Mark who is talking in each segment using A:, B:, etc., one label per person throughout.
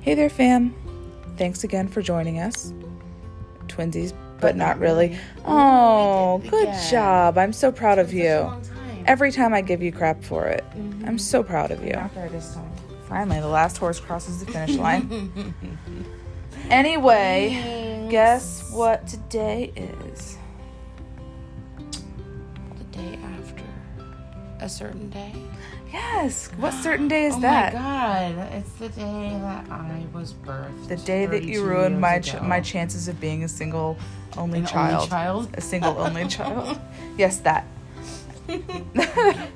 A: Hey there, fam. Thanks again for joining us. Twinsies, but not really. Oh,
B: we did it
A: good
B: again.
A: job. I'm so proud of
B: Such a
A: you.
B: long time.
A: Every time I give you crap for it, I'm so proud of you.
B: Not there this time.
A: Finally, the last horse crosses the finish line. anyway, guess what today is?
B: The day after a certain day.
A: Yes, what certain day is
B: oh
A: that?
B: my god! It's the day that I was birthed.
A: The day that you
B: 32
A: ruined
B: years
A: my
B: ago.
A: ch- my chances of being a single only
B: An only
A: child.
B: child?
A: A single only child. Yes, that.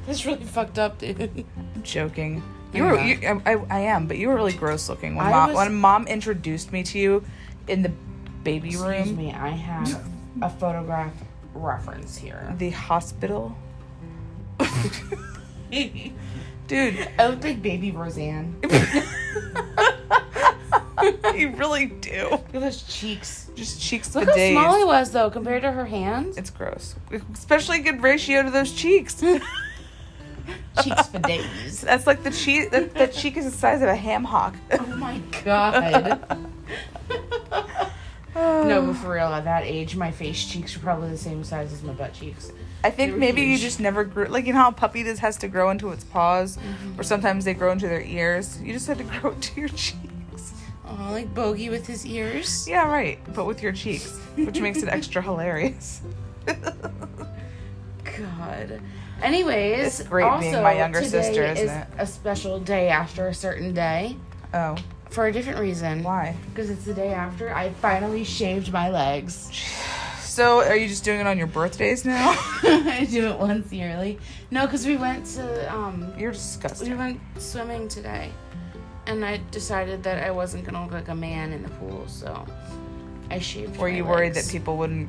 B: That's really fucked up, dude.
A: I'm joking.
B: I
A: You were,
B: know.
A: you, I, I- I am, but you were really gross looking when
B: Oh, I
A: mom,
B: was-
A: when mom introduced me to you in the baby
B: Excuse
A: room,
B: me. I have a photograph reference here.
A: the hospital. Dude,
B: I look like baby Roseanne.
A: you really do.
B: Look at those cheeks.
A: Just cheeks
B: Look
A: for
B: how
A: days.
B: small he was though compared to her hands.
A: It's gross, especially good ratio to those cheeks.
B: cheeks for days.
A: That's like the cheek. That, that cheek is the size of a ham hock.
B: Oh my god. no, but for real, at that age, my face cheeks are probably the same size as my butt cheeks.
A: I think
B: They were
A: maybe you
B: huge.
A: just never grew. Like you know how a puppy just has to grow into its paws, or sometimes they grow into their ears. You just had to grow into your cheeks.
B: Oh, like Bogey with his ears.
A: Yeah, right. But with your cheeks, which makes it extra hilarious.
B: God. Anyways,
A: It's great being
B: also,
A: my younger
B: today
A: sister, isn't
B: is
A: it?
B: A special day after a certain day
A: Oh,
B: for a different reason.
A: why?
B: Because it's the day after I finally shaved my legs.
A: So are you just doing it on your birthdays now?
B: I do it once yearly. No, because we went to um,
A: You're
B: We
A: disgusting.
B: went swimming today, and I decided that I wasn't gonna look like a man in the pool, so I shaved.
A: Were
B: my
A: you worried that
B: legs.
A: people wouldn't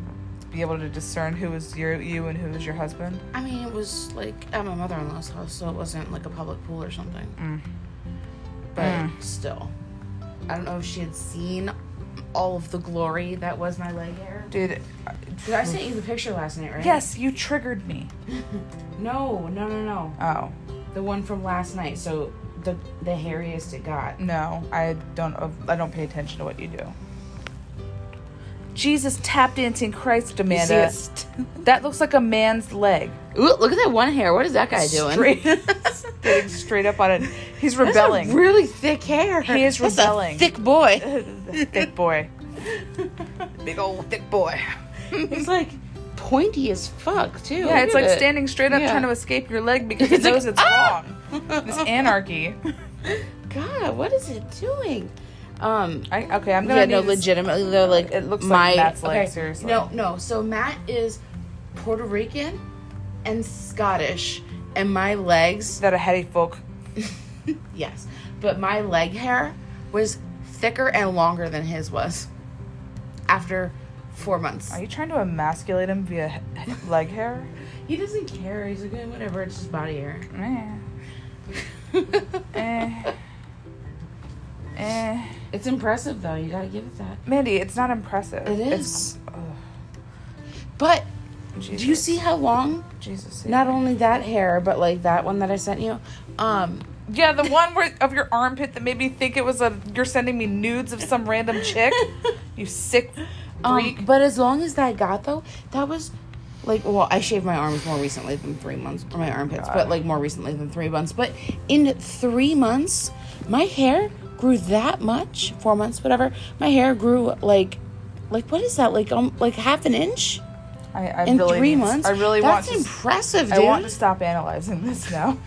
A: be able to discern who was your you and who was your husband?
B: I mean, it was like at my mother-in-law's house, so it wasn't like a public pool or something. But
A: Mm.
B: still, I don't know if she had seen all of the glory that was my leg hair.
A: Dude,
B: Cause I sent you the picture last night, right?
A: yes, you triggered me.
B: No, no, no, no.
A: Oh.
B: The one from last night. So the the hairiest it got.
A: No, I don't. I don't pay attention to what you do. Jesus tap dancing Christ,
B: You see
A: Amanda.
B: it st-
A: That looks like a man's leg.
B: Ooh, look at that one hair. What is that guy doing?
A: Straight, getting straight up on it. He's
B: That's a
A: rebelling.
B: really thick hair.
A: He is
B: That's a
A: rebelling.
B: thick boy.
A: thick boy. Big old thick boy.
B: He's like pointy as fuck too.
A: Yeah, it's
B: Look
A: like
B: at it.
A: standing straight up
B: Yeah.
A: trying to escape your leg because it
B: It's like,
A: knows it's
B: "Ah!"
A: wrong. This anarchy.
B: God, what is it doing? Um.
A: I, okay, I'm gonna
B: Yeah, no,
A: need to-
B: legitimately, they're like
A: It looks like
B: my,
A: Matt's leg, seriously.
B: No, no. So Matt is Puerto Rican and Scottish, and my legs,
A: that a heady folk.
B: yes, but my leg hair was thicker and longer than his was. After four months,
A: Are you trying to emasculate him via he- leg hair?
B: he doesn't care. He's like, "Eh, whatever. It's just body hair.
A: Eh. Eh. Eh.
B: It's impressive though. You gotta give it that.
A: Mandy, it's not impressive.
B: It
A: It's-
B: is. But
A: Jesus.
B: do you see how long?
A: Jesus. save
B: Not
A: me.
B: only that hair, but like that one that I sent you. Um,
A: Yeah, the one where of your armpit that made me think it was a you're sending me nudes of some random chick. You sick freak.
B: um but as long as that got though, that was like well, I shaved my arms more recently than three months, or my armpits, but like more recently than three months. But in three months, my hair grew that much. Four months, whatever. My hair grew like, like what is that? Like um, like half an inch
A: I, I
B: in
A: really
B: three
A: need-
B: months.
A: I really
B: That's
A: want to
B: impressive,
A: I
B: dude.
A: want to stop analyzing this now.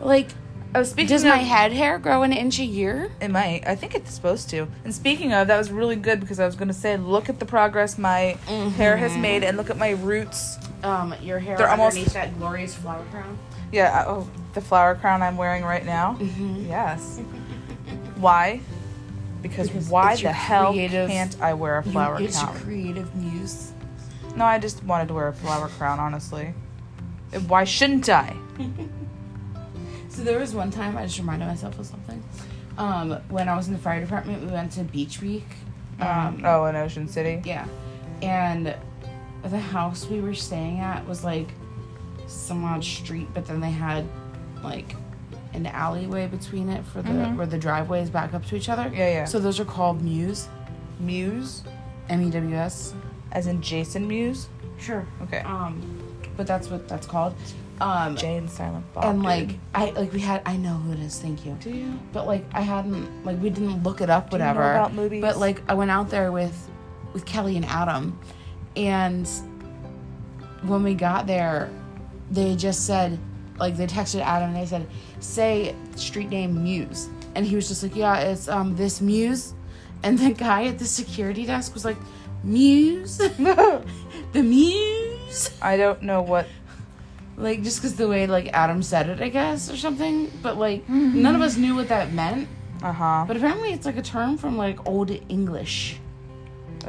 B: like
A: Oh, speaking
B: Does
A: of,
B: my head hair grow an inch a year?
A: it might. I think it's supposed to. And speaking of, that was really good because I was going to say, look at the progress my hair has
B: Mm-hmm.
A: made, and look at my roots.
B: Um, your hair
A: They're almost-
B: that glorious flower crown.
A: Yeah, I- oh, the flower crown I'm wearing right now.
B: Mm-hmm.
A: Yes. Why? Because,
B: Because
A: why
B: it's
A: the
B: your
A: hell
B: creative-
A: can't I wear a flower
B: it's
A: crown?
B: creative muse.
A: no, I just wanted to wear a flower crown, honestly. And Why shouldn't I?
B: So there was one time I just reminded myself of something. Um, when I was in the fire department, we went to beach week. Um,
A: oh, in Ocean City?
B: yeah, and the house we were staying at was like some odd street, but then they had like an alleyway between it for the
A: Mhm.
B: where the driveways back up to each other.
A: Yeah, yeah.
B: So those are called mews,
A: Muse,
B: M E W S.
A: as in Jason Muse.
B: Sure.
A: Okay.
B: Um, but that's what that's called. Um,
A: Jay and Silent Bob.
B: and
A: dude.
B: like I like we had I know who it is. Thank you.
A: do you?
B: But like I hadn't like we didn't look it up
A: you know
B: whatever.
A: about movies?
B: But like I went out there with with Kelly and Adam and when we got there they just said like they texted Adam and they said say street name Muse and he was just like yeah it's um this Muse and the guy at the security desk was like Muse the Muse
A: I don't know what.
B: like just because the way like Adam said it I guess or something but like
A: Mm-hmm.
B: none of us knew what that meant
A: Uh huh.
B: but apparently, it's like a term from like Old English,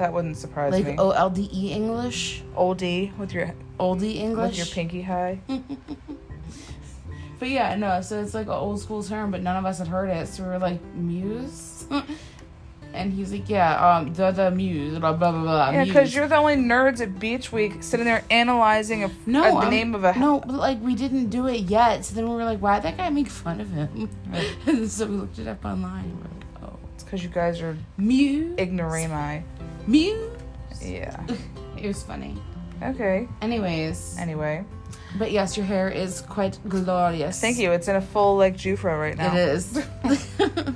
A: That wouldn't surprise me.
B: like O L D E English,
A: Oldie with your
B: Oldie
A: with
B: English.
A: your pinky high.
B: But yeah, no. So it's like an old school term, but none of us had heard it, so we were like muse. and he was like, yeah, um, the the muse, blah blah blah blah.
A: Yeah,
B: muse.
A: because you're the only nerds at Beach Week sitting there analyzing a,
B: no
A: a- the
B: I'm-
A: name of a.
B: no, but like we didn't do it yet. So then we were like, why would that guy make fun of him?
A: Right.
B: and so we looked it up online. And we're like, oh,
A: It's because you guys are
B: muse,
A: ignorami.
B: muse.
A: Yeah.
B: It was funny.
A: Okay.
B: Anyways.
A: Anyway,
B: But yes, your hair is quite glorious.
A: thank you. It's in a full like Jufro right now.
B: It is.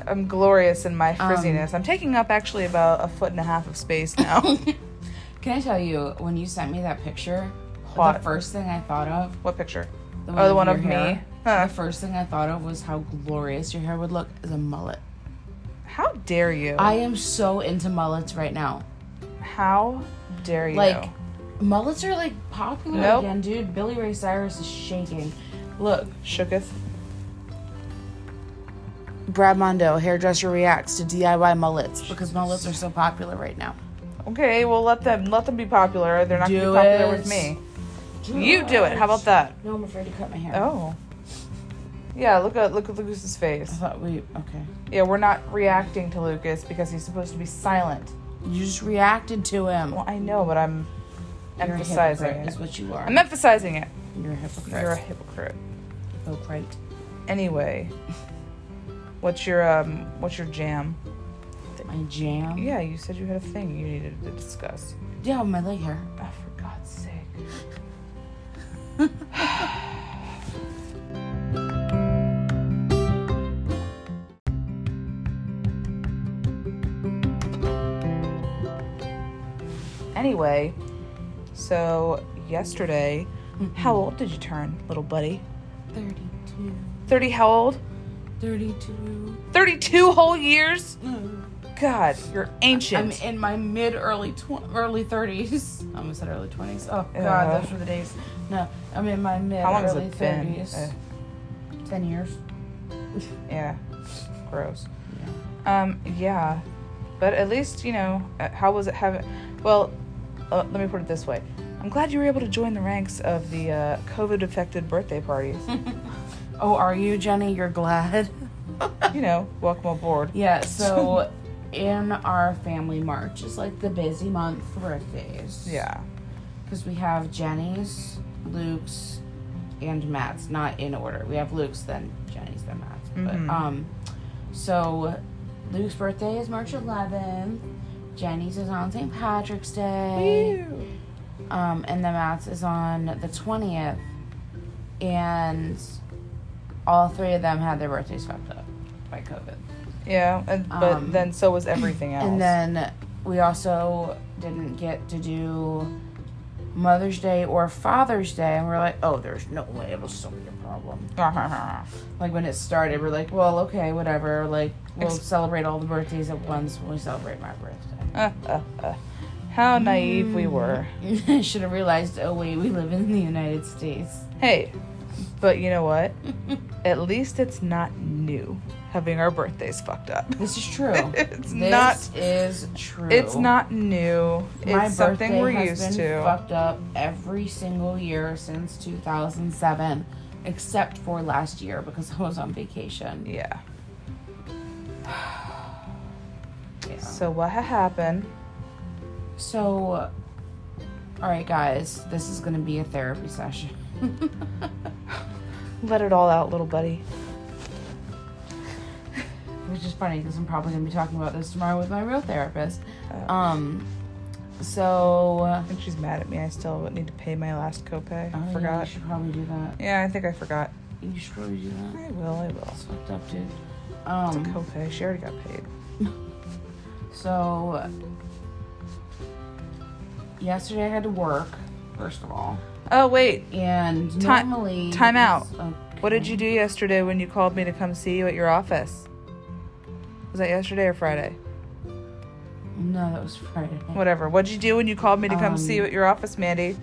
A: I'm glorious in my
B: Um,
A: frizziness. I'm taking up actually about a foot and a half of space now.
B: Can I tell you, when you sent me that picture, the
A: What?
B: first thing I thought of,
A: what picture?
B: the
A: Oh, the one
B: your
A: of
B: hair,
A: me. Huh.
B: the first thing I thought of was how glorious your hair would look as a mullet.
A: How dare you?
B: I am so into mullets right now.
A: How dare you?
B: Like, mullets are like popular
A: Nope.
B: again, dude. Billy Ray Cyrus is shaking. Look,
A: shooketh.
B: Brad Mondo, hairdresser reacts to DIY mullets because mullets are so popular right now.
A: Okay, well let them let them be popular. They're not
B: Do
A: gonna be popular
B: it.
A: with me. You do it. How about that?
B: No, I'm afraid to cut my hair.
A: Oh. Yeah, look at look at Lucas's
B: I
A: face.
B: thought we okay.
A: Yeah, we're not reacting to Lucas because he's supposed to be silent.
B: You just reacted to him.
A: Well, I know, but I'm
B: You're a
A: emphasizing
B: hypocrite
A: it.
B: is what you are.
A: I'm emphasizing it.
B: You're a hypocrite.
A: You're a hypocrite.
B: hypocrite.
A: Anyway, what's your um what's your jam?
B: My jam.
A: Yeah, you said you had a thing you needed to discuss.
B: Yeah, my leg hair.
A: Oh, for God's sake. anyway, so yesterday, how old did you turn, little buddy?
B: 32.
A: 30 how old?
B: 32.
A: 32 whole years? God, you're
B: I'm
A: ancient.
B: in my mid early tw- early 30s. I almost said early 20s. Oh, God,
A: Uh-huh.
B: those were the days. No, I'm in my mid
A: how long has
B: early
A: it been?
B: 30s.
A: Uh,
B: 10 years.
A: yeah, gross.
B: Yeah.
A: Um, yeah, but at least you know uh, how was it having. Well, uh, let me put it this way: I'm glad you were able to join the ranks of the uh, COVID-affected birthday parties.
B: Oh, are you, Jenny? You're glad?
A: you know, welcome aboard.
B: Yeah, so in our family, March is like the busy month for birthdays.
A: Yeah,
B: Because we have Jenny's, Luke's, and Matt's, not in order. We have Luke's, then Jenny's, then Matt's.
A: Mhm.
B: But, um, so Luke's birthday is March 11th. Jenny's is on St. Patrick's Day. Um, and then Matt's is on the 20th. And all three of them had their birthdays fucked up by COVID.
A: yeah, and, but
B: Um,
A: then so was everything else.
B: And then we also didn't get to do Mother's Day or Father's Day, and we're like, oh, there's no way it'll still be a problem. Like when it started, we're like, well, okay, whatever. Like we'll
A: Ex-
B: celebrate all the birthdays at once when we celebrate my
A: Uh, uh, uh. how naive
B: Mm.
A: we were.
B: birthday. Should have realized, oh wait, we live in the United States.
A: Hey, but you know what? At least it's not new having our birthdays fucked up.
B: This is true.
A: It's
B: this
A: not-
B: is true.
A: It's not new. It's
B: My
A: something
B: birthday
A: we're
B: has
A: used
B: been
A: to.
B: fucked up every single year since 2007, except for last year because I was on vacation.
A: Yeah.
B: Yeah. So,
A: So what ha- happened?
B: all right, guys, this is gonna be a therapy session.
A: Let it all out, little buddy.
B: which is funny because I'm probably gonna be talking about this tomorrow with my real therapist. Um, so
A: I think she's mad at me. I still need to pay my last copay.
B: oh,
A: I
B: yeah, you
A: forgot.
B: should probably do that.
A: Yeah, I think I forgot.
B: You should probably do that.
A: I will. I will.
B: It's fucked up, dude.
A: It's a
B: Um,
A: copay. She already got paid.
B: so yesterday I had to work. First of all,
A: Oh wait,
B: and
A: Ti-
B: normally
A: time out.
B: it's- oh,
A: what did you do yesterday when you called me to come see you at your office? Was that yesterday or Friday?
B: no, that was Friday.
A: Whatever. What did you do when you called me to come
B: Um,
A: see you at your office, Mandy?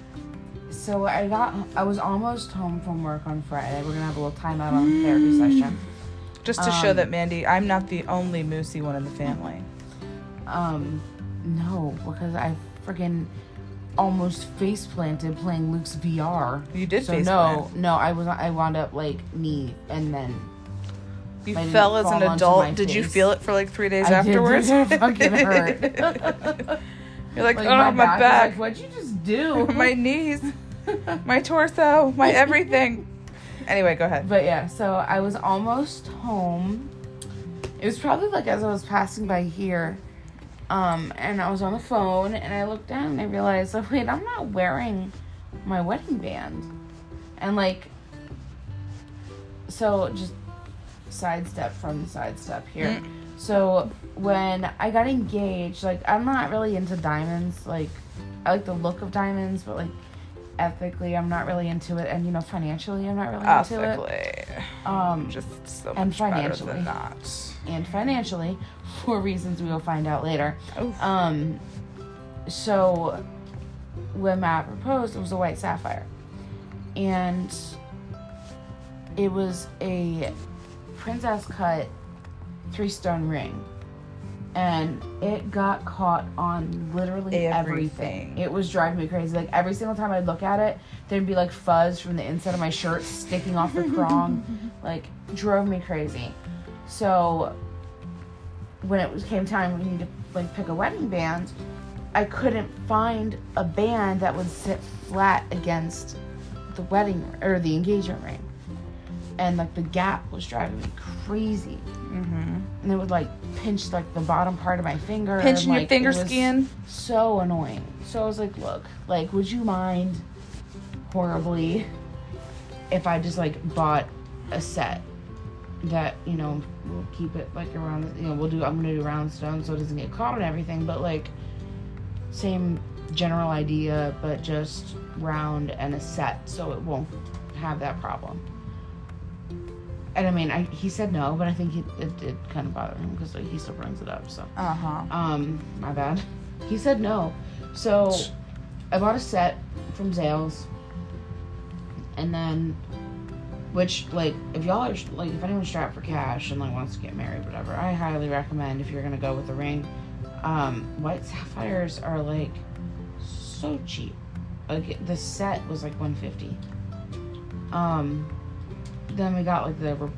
B: So I got, I was almost home from work on Friday. We're gonna have a little timeout on
A: Mm.
B: therapy session.
A: Just to show
B: um,
A: that Mandy, I'm not the only moosey one in the family.
B: Um, no, because I freaking almost face planted playing Luke's VR.
A: You did
B: So no,
A: faceplant.
B: no, I was, I wound up like knee, and then
A: You
B: I didn't
A: fell as
B: fall
A: an
B: onto my
A: adult. Did you
B: face.
A: feel it for like three days
B: I did,
A: afterwards?
B: dude, it fucking hurt.
A: You're like,
B: like
A: oh my,
B: was
A: back,
B: Like, What'd you just do?
A: my knees, my torso, my everything. Anyway, go ahead.
B: But yeah, so I was almost home. It was probably like as I was passing by here, um, and I was on the phone, and I looked down and I realized, oh wait, I'm not wearing my wedding band, and like, so just sidestep from the sidestep here.
A: Mm.
B: So when I got engaged, like I'm not really into diamonds. Like I like the look of diamonds, but like ethically, I'm not really into it, and you know, financially, I'm not really into it
A: Ethically,
B: um,
A: just so
B: and
A: much better than
B: financially.
A: not.
B: and financially for reasons we will find out later.
A: Oof.
B: Um, so when Matt proposed, it was a white sapphire, and it was a princess cut three stone ring. And it got caught on literally everything.
A: Everything.
B: It was driving me crazy. Like every single time I'd look at it, there'd be like fuzz from the inside of my shirt sticking off the prong. like drove me crazy. So when it was came time we need to like pick a wedding band, I couldn't find a band that would sit flat against the wedding or the engagement ring. And like the gap was driving me crazy.
A: mm-hmm.
B: And it would like pinch like the bottom part of my finger.
A: Pinching
B: and,
A: your
B: like,
A: finger
B: it was
A: skin.
B: So annoying. So I was like, look, like, would you mind horribly if I just like bought a set that you know we'll keep it like around you know we'll do i'm gonna do round stone so it doesn't get caught and everything but like same general idea but just round and a set so it won't have that problem and i mean I, he said no but i think he, it did kind of bother him because like he still brings it up so
A: Uh huh.
B: um my bad he said no so i bought a set from zales and then which like if y'all are like if anyone's strapped for cash and like wants to get married whatever i highly recommend if you're gonna go with a ring um white sapphires are like so cheap like the set was like 150 um then we got like the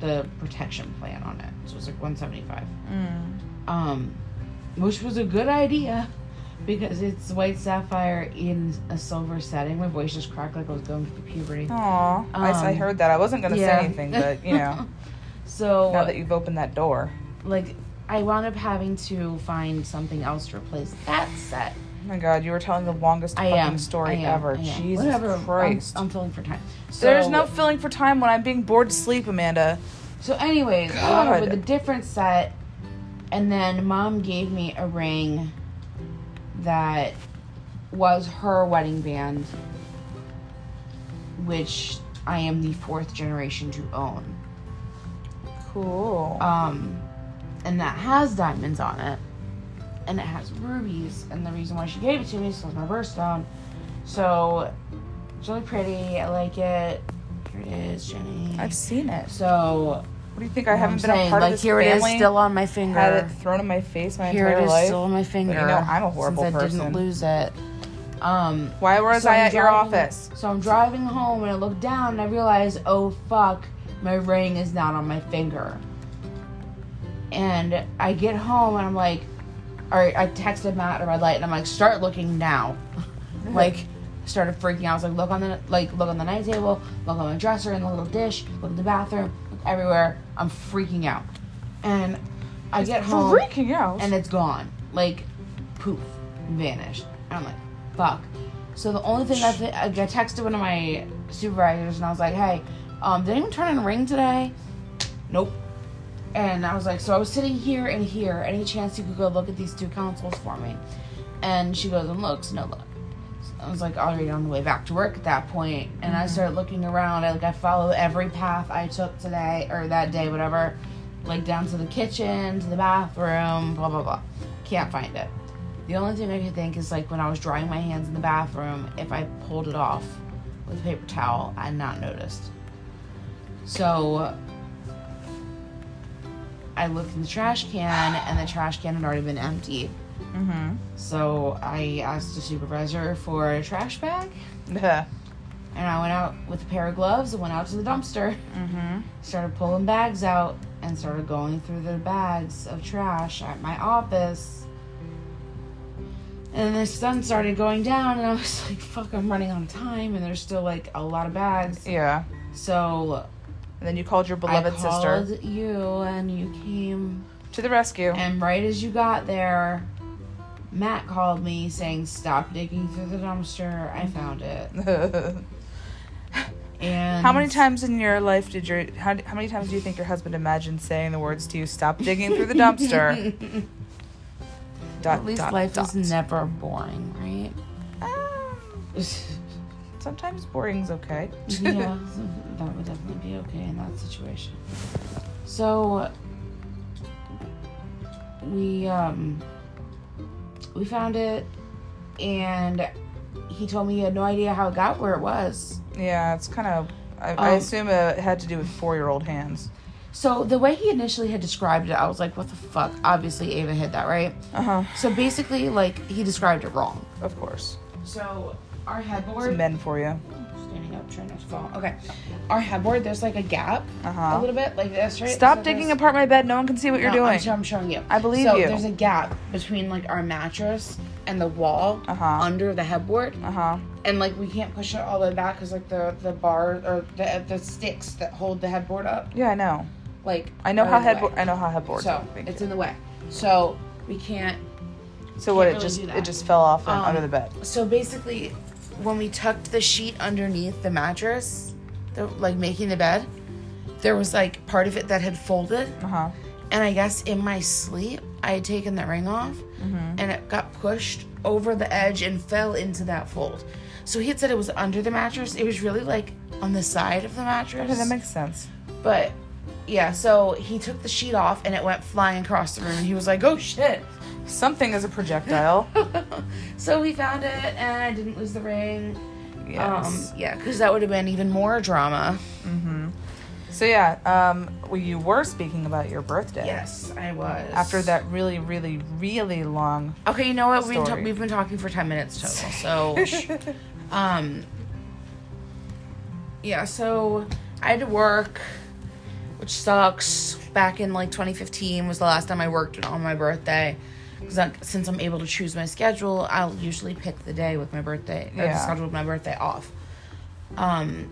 B: the protection plan on it so it was like 175
A: Mm.
B: um, which was a good idea because it's white sapphire in a silver setting. My voice just cracked like I was going through puberty.
A: Aw, I, s- I
B: Um,
A: heard that. I wasn't gonna
B: yeah.
A: say anything, but you know,
B: So, uh,
A: now that you've opened that door,
B: like, I wound up having to find something else to replace that set.
A: oh my God, you were telling the longest
B: I
A: fucking
B: am
A: story
B: I am,
A: ever.
B: I am.
A: Jesus
B: Whatever, Um, I'm-
A: Christ.
B: I'm, filling for time. So,
A: There's no filling for time when I'm being bored to sleep, Amanda.
B: So, anyways, I wound up
A: God.
B: with a different set, and then mom gave me a ring that was her wedding band, which I am the fourth generation to own.
A: Cool.
B: Um, and that has diamonds on it, and it has rubies. And the reason why she gave it to me is 'cause my birthstone. So it's really pretty. I like it. Here it is, Jenny.
A: I've seen it.
B: so
A: What do you think? I haven't
B: I'm
A: been a
B: saying,
A: part
B: like
A: of this
B: here it is
A: family.
B: still on my finger.
A: had it thrown in my face my
B: Here it
A: entire
B: is
A: life.
B: still on my finger.
A: know, I'm a horrible
B: since I
A: person.
B: didn't lose it. Um,
A: Why was
B: so
A: I
B: I'm
A: at your
B: driving-
A: office?
B: So I'm driving home and I look down and I realize, oh fuck, my ring is not on my finger. And I get home and I'm like, all right, I texted Matt a red light and I'm like, start looking now. like, started freaking out. I was like, look on the like, look on the night table, look on my dresser in the little dish, look in the bathroom, look everywhere. I'm freaking out. and I get home
A: Freaking out.
B: and it's gone. Like, poof, vanished. And I'm like, fuck. So the only thing I, th- I texted one of my supervisors and I was like, hey, um, did anyone turn in a ring today? Nope. And I was like, so I was sitting here and here. Any chance you could go look at these two consoles for me? And she goes and looks, no look. So I was like already on the way back to work at that point, and I started looking around. I like I follow every path I took today or that day, whatever, like down to the kitchen, to the bathroom, blah blah blah. Can't find it. The only thing I could think is like when I was drying my hands in the bathroom, if I pulled it off with a paper towel, I not noticed. So I looked in the trash can, and the trash can had already been emptied.
A: mm-hmm.
B: So I asked the supervisor for a trash bag,
A: Yeah.
B: and I went out with a pair of gloves and went out to the dumpster,
A: Mm-hmm.
B: started pulling bags out, and started going through the bags of trash at my office. And the sun started going down, and I was like, fuck, I'm running on time, and there's still like a lot of bags.
A: Yeah.
B: So
A: And then you called your beloved
B: I
A: sister
B: called you, and you came
A: to the rescue.
B: And right as you got there, Matt called me saying, Stop digging through the dumpster. I found it. And
A: how many times in your life did your how, how many times do you think your husband imagined saying the words to you? Stop digging through the dumpster. dot,
B: At least
A: dot,
B: life
A: dot.
B: is never boring, right?
A: Um, sometimes boring's okay.
B: yeah, that would definitely be okay in that situation. So we um we found it and he told me he had no idea how it got where it was.
A: yeah, it's kind of. I, I
B: Um,
A: assume uh, it had to do with four-year-old hands.
B: So the way he initially had described it, I was like, what the fuck? Obviously Ava hid that, right?
A: Uh huh.
B: So basically, like he described it wrong.
A: Of course,
B: So our
A: it's
B: headboard
A: men for you.
B: standing up, trying not to fall. Okay, our headboard. There's like a gap,
A: Uh-huh.
B: a little bit like this, right?
A: Stop
B: So
A: digging
B: there's-
A: apart my bed. No one can see what you're
B: No, I'm,
A: doing.
B: sho- I'm showing you.
A: I believe
B: so
A: you.
B: There's a gap between like our mattress and the wall
A: Uh-huh.
B: under the headboard,
A: uh huh.
B: and like we can't push it all the way back because like the the bar or the the sticks that hold the headboard up,
A: Yeah, I know.
B: like
A: I know
B: are
A: how
B: in the way.
A: headboard. I know how headboards.
B: So
A: work. Thank
B: it's
A: you.
B: in the way. So we can't
A: so what?
B: can't
A: It
B: really
A: just
B: do that.
A: it just fell off and
B: Um,
A: under the bed.
B: So basically, when we tucked the sheet underneath the mattress, the, like making the bed, there was like part of it that had folded.
A: Uh huh.
B: And I guess in my sleep, I had taken the ring off
A: Mm-hmm.
B: and it got pushed over the edge and fell into that fold. So he had said it was under the mattress. It was really like on the side of the mattress.
A: Okay, that makes sense.
B: But yeah, so he took the sheet off and it went flying across the room. And he was like, oh shit.
A: Something is a projectile.
B: Um, so we found it and I didn't lose the ring.
A: yes.
B: Um, yeah, because that would have been even more drama.
A: so yeah, um, well, you were speaking about your birthday.
B: Yes, I was.
A: After that really, really, really long.
B: Okay, you know what? We've been, ta-
A: Story.
B: we've been talking for 10 minutes total. So, sh- um, yeah, so I had to work, which sucks. Back in like 2015 was the last time I worked on my birthday. Because since I'm able to choose my schedule, I'll usually pick the day with my birthday, or the
A: Yeah.
B: schedule with my birthday off. Um,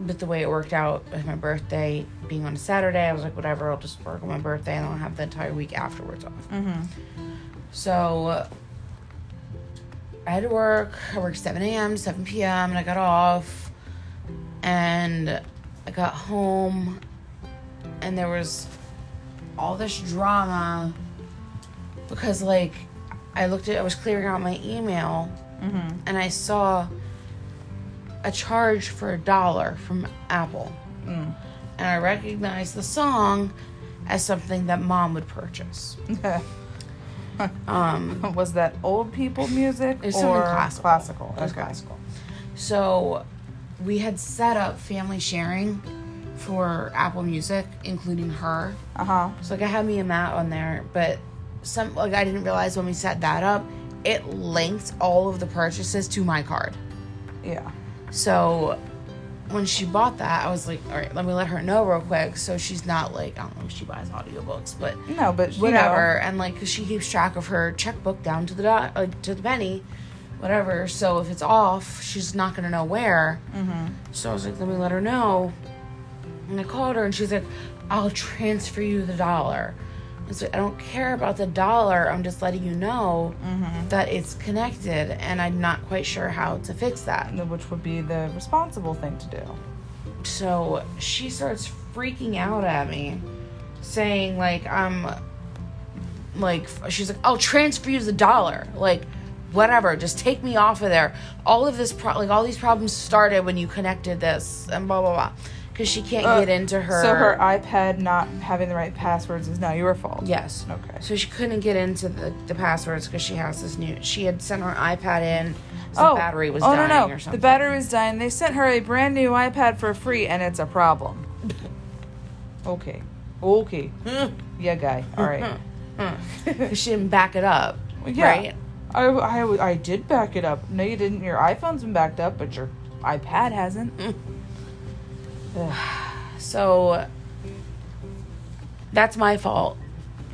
B: but the way it worked out with my birthday being on a Saturday, I was like, whatever, I'll just work on my birthday and I'll have the entire week afterwards off.
A: Mm-hmm.
B: So I had to work. I worked 7 a.m. to 7 p.m. and I got off. And I got home and there was all this drama because, like, I looked at, I was clearing out my email
A: Mm-hmm.
B: and I saw a charge for a dollar from Apple. And I recognized the song as something that mom would purchase. Um,
A: was that old people music
B: It's something
A: or
B: classical.
A: classical?
B: It was
A: Okay.
B: classical. So we had set up family sharing for Apple Music, including her.
A: Uh huh.
B: So like I had me and Matt on there, but some like I didn't realize when we set that up, it linked all of the purchases to my card.
A: Yeah.
B: So when she bought that, I was like, all right, let me let her know real quick. So she's not like, I don't know if she buys audiobooks, but
A: No, but you
B: whatever and like 'cause she keeps track of her checkbook down to the dot like to the penny whatever so if it's off she's not gonna know where mm-hmm. so i was like let me let her know And I called her and she's like, I'll transfer you the dollar. I said, I don't care about the dollar. I'm just letting you know
A: Mm-hmm.
B: that it's connected and I'm not quite sure how to fix that.
A: And Which would be the responsible thing to do.
B: So she starts freaking out at me, saying, like, I'm like, f- she's like, I'll transfer you the dollar. Like, whatever, just take me off of there. All of this, pro- like, all these problems started when you connected this and blah, blah, blah. Because she can't get into her.
A: Uh, So her iPad not having the right passwords is now your fault.
B: Yes.
A: Okay.
B: So she couldn't get into the, the passwords because she has this new. She had sent her iPad in. So the battery was
A: oh,
B: dying
A: no, no.
B: or
A: The
B: something.
A: battery was dying. They sent her a brand new iPad for free, and it's a problem. okay. Okay. yeah, guy. All right.
B: Because she didn't back it up.
A: Yeah.
B: Right?
A: I, I, I did back it up. No, you didn't. Your iPhone's been backed up, but your iPad hasn't. Ugh.
B: So that's my fault.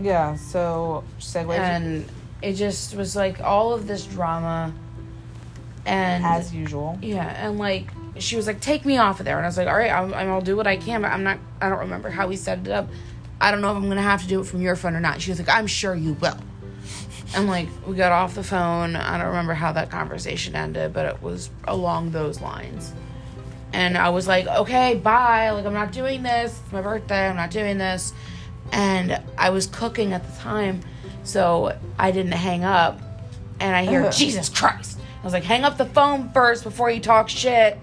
A: yeah, so segue
B: And it just was like all of this drama. And
A: as usual.
B: Yeah, and like she was like, "Take me off of there," and I was like, "All right, I'm, I'm- I'll do what I can, but I'm not. I don't remember how we set it up. I don't know if I'm gonna have to do it from your phone or not." She was like, "I'm sure you will." And like we got off the phone. I don't remember how that conversation ended, but it was along those lines. And I was like, "Okay, bye. Like I'm not doing this. It's my birthday. I'm not doing this." And I was cooking at the time, so I didn't hang up. And I hear,
A: Ugh.
B: "Jesus Christ!" I was like, "Hang up the phone first before you talk shit."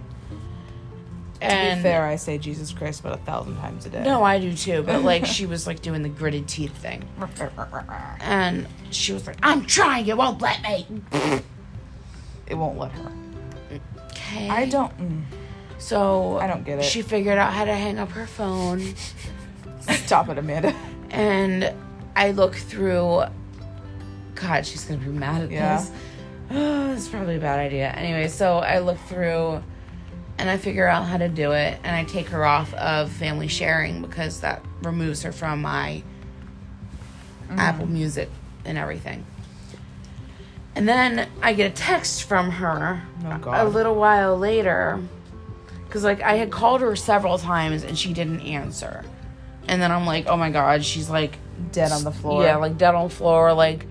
A: To
B: And
A: be fair, I say Jesus Christ about a thousand times a day.
B: no, I do too. But like, she was like doing the gritted teeth thing, and she was like, "I'm trying. It won't let me."
A: It won't let her.
B: Okay.
A: I don't. Mm,
B: So
A: I don't get it.
B: She figured out how to hang up her phone,
A: stop it, Amanda.
B: and I look through. God, she's gonna be mad at
A: Yeah.
B: this. Oh, it's probably a bad idea. Anyway, so I look through, and I figure out how to do it, and I take her off of family sharing because that removes her from my Apple
A: Mm.
B: Music and everything. And then I get a text from her
A: Oh,
B: a
A: God.
B: little while later because like I had called her several times and she didn't answer. And then I'm like, oh my god, she's like
A: Dead on the floor.
B: Yeah, like dead on the floor, like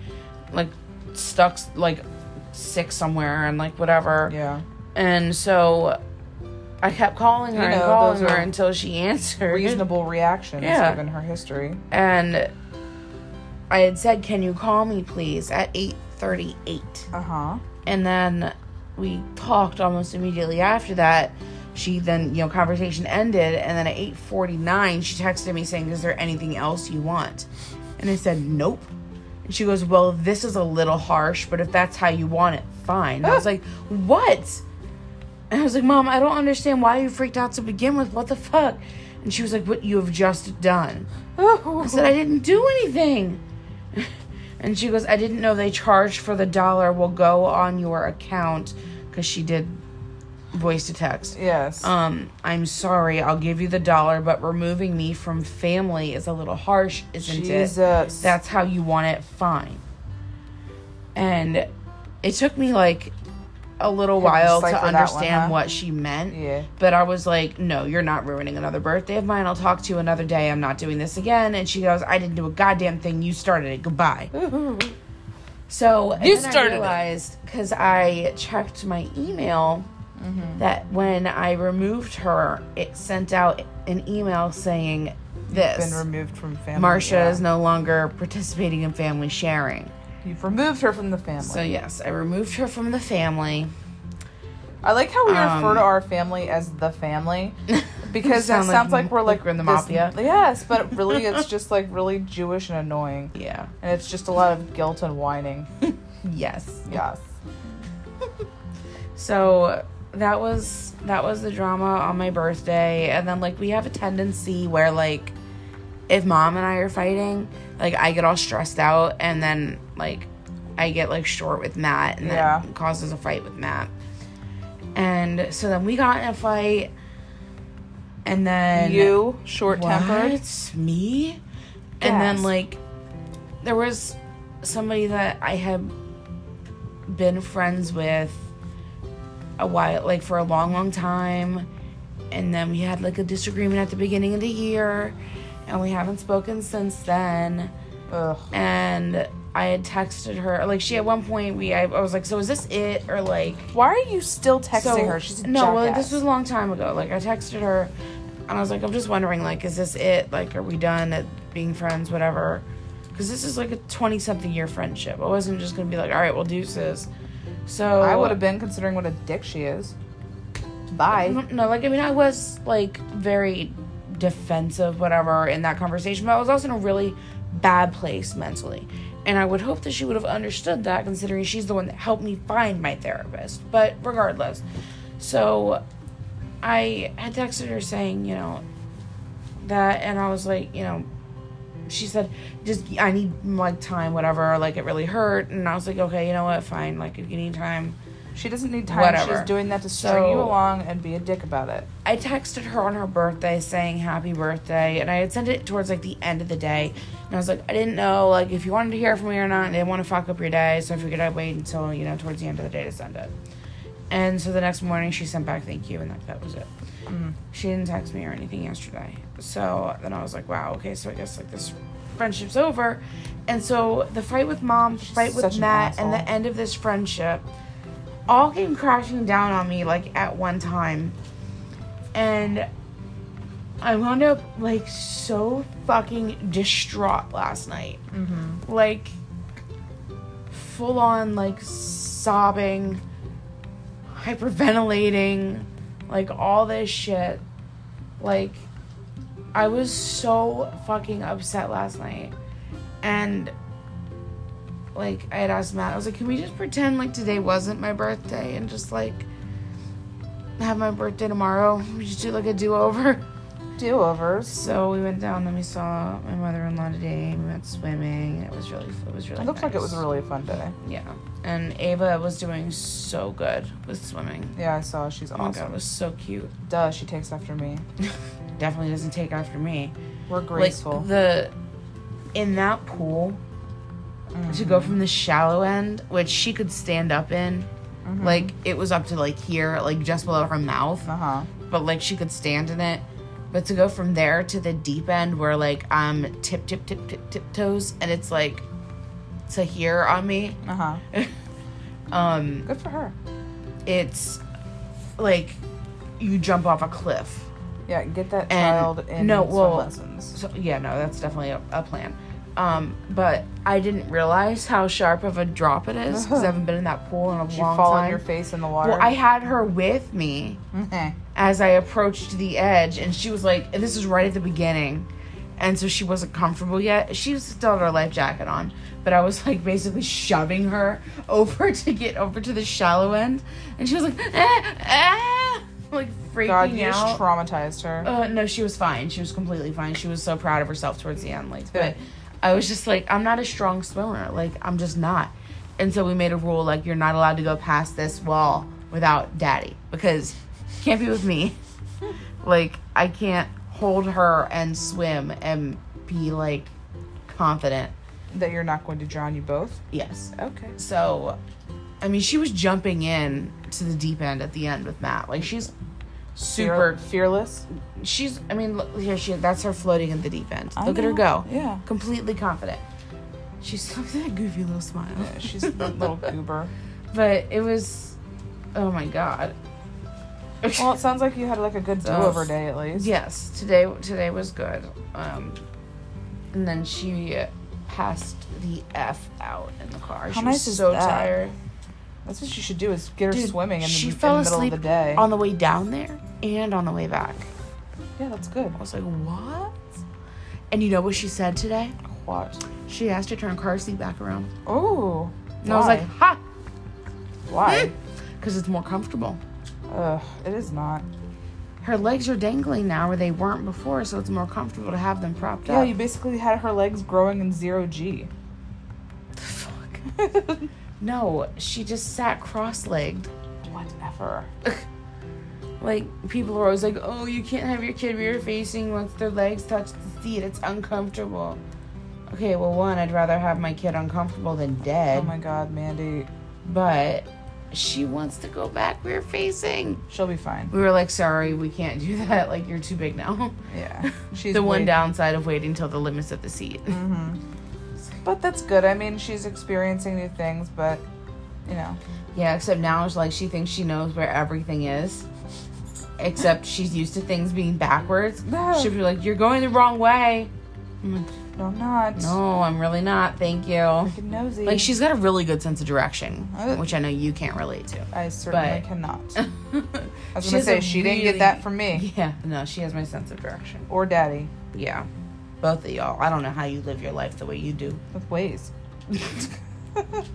B: like stuck, s- like sick somewhere and like whatever.
A: yeah.
B: And so I kept calling her
A: You
B: and
A: know,
B: calling
A: those
B: her
A: are
B: until she answered.
A: Reasonable reactions
B: Yeah.
A: given her history.
B: And I had said, can you call me please at eight thirty eight.
A: Uh huh.
B: and then we talked almost immediately after that she then you know conversation ended and then at 8.49 she texted me saying is there anything else you want and i said nope and she goes well this is a little harsh but if that's how you want it fine and i was like what and i was like mom i don't understand why you freaked out to begin with what the fuck and she was like what you have just done I said, I didn't do anything. And she goes, I didn't know they charged for the dollar will go on your account because she did voice to text.
A: yes.
B: Um, I'm sorry, I'll give you the dollar, but removing me from family is a little harsh, isn't it?
A: Jesus.
B: That's how you want it, fine. And it took me like a little while to
A: decipher that one,
B: understand
A: huh?
B: what she meant.
A: Yeah.
B: But I was like, no, you're not ruining another birthday of mine. I'll talk to you another day. I'm not doing this again. And she goes, I didn't do a goddamn thing. You started it. Goodbye. So and
A: You
B: then
A: started
B: I
A: it.
B: realized because I checked my email
A: Mm-hmm.
B: that when I removed her, it sent out an email saying
A: Been
B: this.
A: removed from family.
B: Marcia
A: yeah.
B: is no longer participating in family sharing.
A: You've removed her from the family.
B: So, yes, I removed her from the family.
A: I like how we
B: Um,
A: refer to our family as the family because that
B: Sound like
A: sounds like, we're
B: like
A: like
B: we're in the
A: this-
B: mafia.
A: Yes, but really it's just like really Jewish and annoying.
B: Yeah.
A: And it's just a lot of guilt and whining.
B: Yes.
A: Yes.
B: So that was that was the drama on my birthday and then like we have a tendency where like if mom and I are fighting, like I get all stressed out and then like I get like short with Matt and
A: Yeah.
B: that causes a fight with Matt. And so then we got in a fight and then
A: you short tempered.
B: what? Me? And then
A: Yes.
B: like there was somebody that I had been friends with a while like for a long long time and then we had like a disagreement at the beginning of the year, and we haven't spoken since then.
A: Ugh.
B: And I had texted her like she at one point we I, I was like so is this it or like
A: Why are you still texting
B: so-
A: her? She's a
B: no well like,
A: jackass.
B: this was a long time ago like I texted her and I was like I'm just wondering like is this it like are we done at being friends whatever because this is like a twenty something year friendship I wasn't just gonna be like all right well deuces so
A: I would have been considering what a dick she is. Bye.
B: No, like I mean, I was like very defensive, whatever, in that conversation, but I was also in a really bad place mentally. And I would hope that she would have understood that, considering she's the one that helped me find my therapist. But regardless, so I had texted her saying, you know, that, and I was like, you know, she said, just I need like time, whatever. Like it really hurt, and I was like, okay, you know what, fine. Like if you need time,
A: She doesn't need time.
B: Whatever.
A: She's doing that to string you
B: So-
A: along and be a dick about it.
B: I texted her on her birthday saying happy birthday, and I had sent it towards like the end of the day. And I was like, I didn't know like if you wanted to hear from me or not. I didn't want to fuck up your day, so I figured I'd wait until you know towards the end of the day to send it. And so the next morning she sent back thank you, and that that was it. She didn't text me or anything yesterday. So then I was like, wow, okay, so I guess like this friendship's over. And so the fight with mom, the fight
A: such
B: with
A: an
B: Matt, and the
A: asshole.
B: end of this friendship all came crashing down on me like at one time and I wound up like so fucking distraught last night. Like, full on, like, sobbing, hyperventilating, like, all this shit. Like, I was so fucking upset last night. And, like, I had asked Matt, I was like, can we just pretend like today wasn't my birthday and just, like, have my birthday tomorrow. We just do like a do over.
A: Do overs.
B: So we went down and we saw my mother in law today. We went swimming. and It was really it was really.
A: It looks like it
B: nice.
A: was a really fun day.
B: yeah. And Ava was doing so good with swimming.
A: Yeah, I saw. She's
B: Oh my god,
A: awesome.
B: it was so cute.
A: Duh, she takes after me.
B: Definitely doesn't take after me.
A: We're graceful.
B: Like the in that pool to
A: Mm-hmm.
B: go from the shallow end, which she could stand up in.
A: Mm-hmm.
B: Like it was up to like here, like just below her mouth.
A: uh huh.
B: but like she could stand in it. But to go from there to the deep end where like I'm tip tip tip tip tiptoes and it's like to here on me.
A: Uh huh.
B: Um
A: Good for her.
B: it's like you jump off a cliff.
A: Yeah, get that
B: And-
A: child in
B: no,
A: swim
B: well-
A: lessons.
B: So yeah, no, that's definitely a, a plan. Um, but I didn't realize how sharp of a drop it is because I haven't been in that pool in a
A: Uh-huh. Did you
B: long
A: fall on
B: time.
A: your face in the water?
B: well, I had her with me,
A: Mhm.
B: as I approached the edge, and she was like, and "This is right at the beginning," and so she wasn't comfortable yet. She still had her life jacket on, but I was like basically shoving her over to get over to the shallow end, and she was like, "Ah, ah," like freaking
A: God, you
B: out.
A: just traumatized her.
B: Uh, no, she was fine. She was completely fine. She was so proud of herself towards the end. Like, but I was just like, I'm not a strong swimmer. Like, I'm just not. And so we made a rule like, you're not allowed to go past this wall without daddy because you can't be with me. like, I can't hold her and swim and be like confident.
A: that you're not going to drown you both.
B: Yes.
A: Okay.
B: So, I mean, she was jumping in to the deep end at the end with Matt. Like, she's super
A: Fear- fearless.
B: she's i mean look here she that's her floating in the deep end
A: I
B: look at her
A: know.
B: go
A: Yeah.
B: completely confident she's got that goofy little smile
A: Yeah, She's a little goober.
B: but it was oh my god
A: Well, it sounds like you had like a good
B: So-
A: do-over day at least.
B: yes today today was good um and then she passed the f out in the car
A: How
B: she
A: nice
B: was
A: is
B: so
A: that?
B: tired
A: That's what you should do is get her
B: Dude,
A: swimming in the,
B: she
A: in the
B: fell
A: middle of
B: asleep
A: the day.
B: on the way down there and on the way back
A: yeah, that's good.
B: i was like what and you know what she said today
A: What?
B: she asked to turn car seat back around
A: Oh.
B: and i was like ha
A: why?
B: because it's more comfortable.
A: Ugh, it is not.
B: Her legs are dangling now where they weren't before, so it's more comfortable to have them propped
A: Yeah,
B: up.
A: you basically had her legs growing in zero G.
B: Fuck.
A: Whatever.
B: No, she just sat cross-legged. Like people are always like, "Oh, you can't have your kid rear-facing once their legs touch the seat. It's uncomfortable." Okay, well, one, I'd rather have my kid uncomfortable than dead.
A: Oh my god, Mandy.
B: but she wants to go back. We were facing.
A: She'll be fine.
B: We were like, sorry, we can't do that. Like, you're too big now.
A: Yeah. She's
B: the one
A: way- Mm-hmm.
B: downside of waiting till the limits of the seat.
A: But that's good. I mean, she's experiencing new things, but you know,
B: Yeah, except now it's like she thinks she knows where everything is. Except she's used to things being backwards.
A: No.
B: She'll be like, You're going the wrong way. I'm like,
A: no, I'm not.
B: No, I'm really not. Thank you.
A: Freaking nosy.
B: Like, she's got a really good sense of direction,
A: Uh.
B: which I know you can't relate to.
A: I certainly
B: but-
A: cannot. I
B: I
A: was gonna say she didn't get that from me
B: Yeah, no, she has my sense of direction.
A: or Daddy
B: Yeah. Both of y'all. I don't know how you live your life the way you do.
A: with Waze,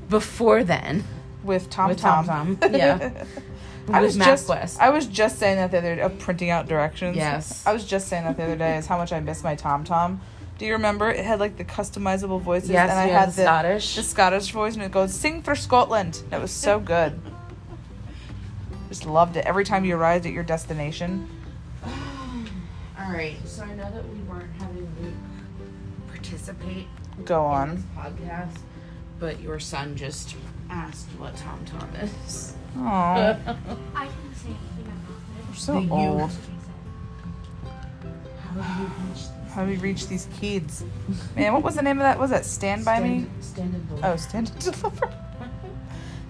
B: Before then,
A: with Tom
B: With
A: Tom.
B: TomTom, yeah.
A: I was
B: with
A: just
B: MapQuest.
A: I was just saying that the other day, uh, printing out directions.
B: Yes.
A: I was just saying that the other day is how much I miss my Tom Tom. Do you remember? It had like the customizable voices,
B: yes, Uh,
A: and I
B: you
A: had
B: the
A: the
B: Scottish.
A: the Scottish voice, and it goes "Sing for Scotland." That was so good. Just loved it. Every time you arrived at your destination,
B: All right. So I know that we weren't having Luke participate
A: go
B: in
A: on.
B: this podcast, but your son just asked what Tom Tom is.
A: Oh,
C: I can say anything I want.
A: so
B: You-
A: old.
B: How do you reach
A: How do we reach these kids? Man, what was the name of that? Was that Stand by Me?
B: Stand and believe.
A: Oh, Stand and Deliver.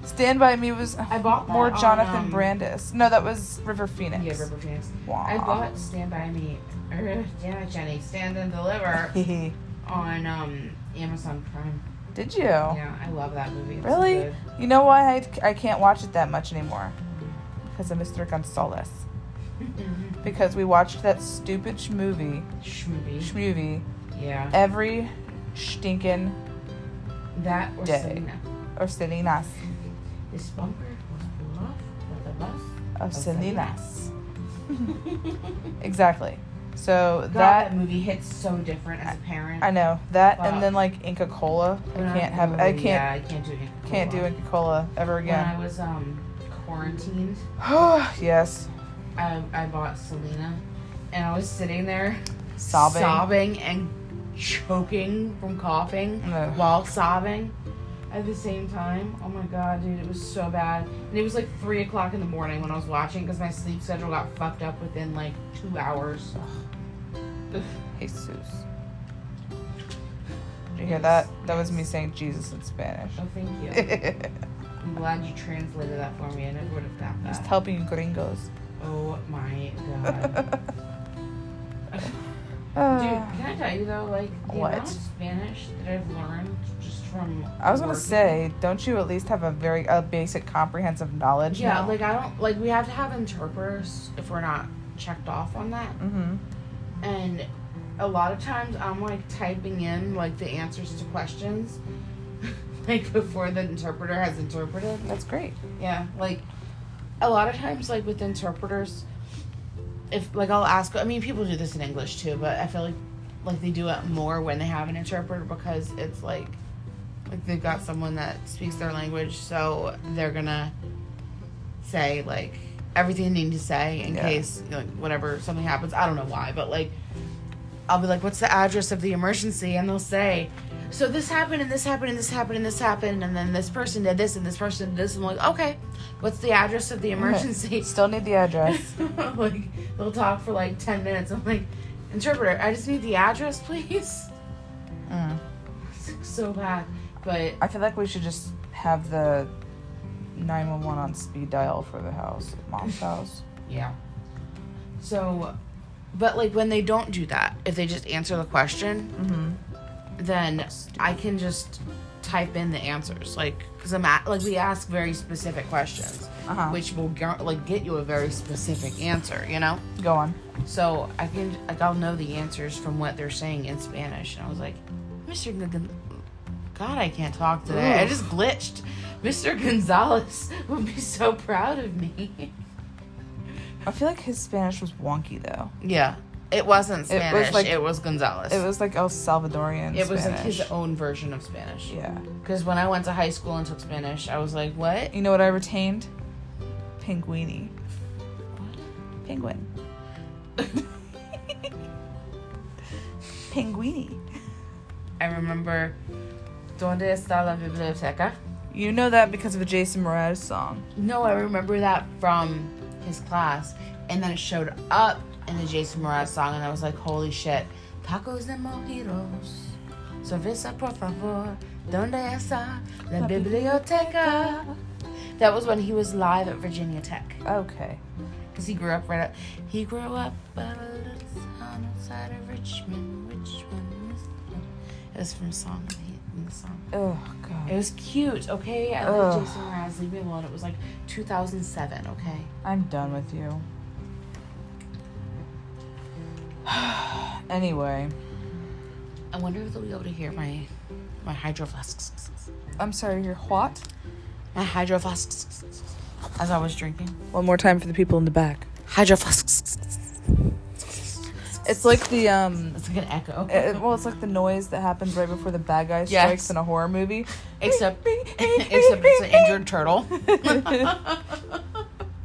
A: Stand by Me was
B: I bought that
A: more
B: on,
A: Jonathan
B: um,
A: Brandis. No, that was River Phoenix.
B: Yeah, River Phoenix.
A: Wow.
B: I bought Stand by Me. er, yeah, Jenny, Stand and Deliver on um, Amazon Prime.
A: Did you?
B: Yeah, I love that movie. It's so
A: Oh. Really?
B: good.
A: You know why I, I can't watch it that much anymore? Because of Mr. Gonzalez. Because we watched that stupid movie,
B: Schmovie.
A: schmovie,
B: Yeah.
A: every stinking
B: That or
A: Day.
B: Selena.
A: or Salinas.
B: This bumper was off with a bus.
A: Of
B: Of
A: Salinas.
B: God,
A: Exactly. So
B: that,
A: that,
B: movie hits so different as a parent.
A: I know that, and
B: Fuck.
A: then like Inca Cola. I
B: When
A: can't have. I can't.
B: Yeah, I can't do it.
A: Can't do Inca Cola ever
B: When
A: again.
B: I was um quarantined,
A: yes.
B: I, I bought Selena, and I was sitting there
A: Sobbing.
B: sobbing and choking from coughing
A: Ugh.
B: while sobbing at the same time. Oh my god, dude, it was so bad. And it was like three o'clock in the morning when I was watching because my sleep schedule got fucked up within like two hours.
A: Jesus. Did you hear that? That was me saying Jesus in Spanish.
B: Oh, thank you.
A: Just
B: I'm glad you translated that for me. I never would have got that.
A: helping you gringos.
B: Oh my god. Dude,
A: Uh,
B: can I tell you though, like the
A: What?
B: amount of Spanish that I've learned just from
A: I was gonna
B: working-
A: say, don't you at least have a very a basic comprehensive knowledge?
B: Yeah, like I don't like we have to have interpreters if we're not checked off on that.
A: Mm-hmm.
B: And a lot of times I'm like typing in like the answers to questions like before the interpreter has interpreted.
A: That's great.
B: Yeah, like a lot of times, like with interpreters, if like I'll ask, I mean, people do this in English too, but I feel like like they do it more when they have an interpreter because it's like like they've got someone that speaks their language, so they're gonna say like everything they need to say in
A: Yeah.
B: case like whatever something happens. I don't know why, but like I'll be like, "What's the address of the emergency?" and they'll say. So this happened and this happened and this happened and this happened and then this person did this and this person did this and I'm like okay, what's the address of the emergency?
A: Still need the address.
B: like they'll talk for like 10 minutes i'm like interpreter i just need the address please
A: Mm.
B: so bad but
A: I feel like we should just have the 911 on speed dial for the house, mom's house.
B: yeah so but like when they don't do that if they just answer the question
A: Mm-hmm.
B: then i can just type in the answers like because i'm at like we ask very specific questions
A: Uh-huh.
B: which will gar- like get you a very specific answer you know
A: Go on.
B: So I can like I'll know the answers from what they're saying in Spanish. And I was like, Mr. Gon- God, I can't talk today. I
A: Oof.
B: just glitched. Mr. Gonzalez would be so proud of me.
A: I feel like his Spanish was wonky though.
B: Yeah, it wasn't
A: It was
B: Spanish. It was,
A: like-
B: Gonzalez.
A: It was like El Salvadorian.
B: It was like
A: Spanish.
B: his own version of Spanish.
A: Yeah.
B: Because when I went to high school and took Spanish, I was like, what?
A: You know what I retained? Pinguini. Penguin. Pinguini.
B: I remember, ¿Dónde está la biblioteca?
A: You know that because of a Jason Mraz song.
B: No, I remember that from his class, and then it showed up in the Jason Mraz song, and I was like, "Holy shit!" Tacos and mojitos, cerveza por favor, donde está la biblioteca? That was when he was live at Virginia Tech,
A: Okay.
B: because he grew up right up. He grew up at a little town outside of Richmond. Richmond. Richmond. It was from song. In the song.
A: Oh
B: It
A: god.
B: was cute, okay? I
A: Ugh.
B: love Jason Mraz. Leave me alone. It was like 2007, okay?
A: I'm done with you. anyway,
B: I wonder if they'll be able to hear my my hydro flasks.
A: I'm sorry. You're what?
B: My hydro flasks. As I was drinking.
A: One more time for the people in the back.
B: Hydro flasks.
A: It's like the um.
B: It's like an echo.
A: It, well, it's like the noise that happens right before the bad guy strikes
B: Yes.
A: in a horror movie.
B: except except it's an injured turtle.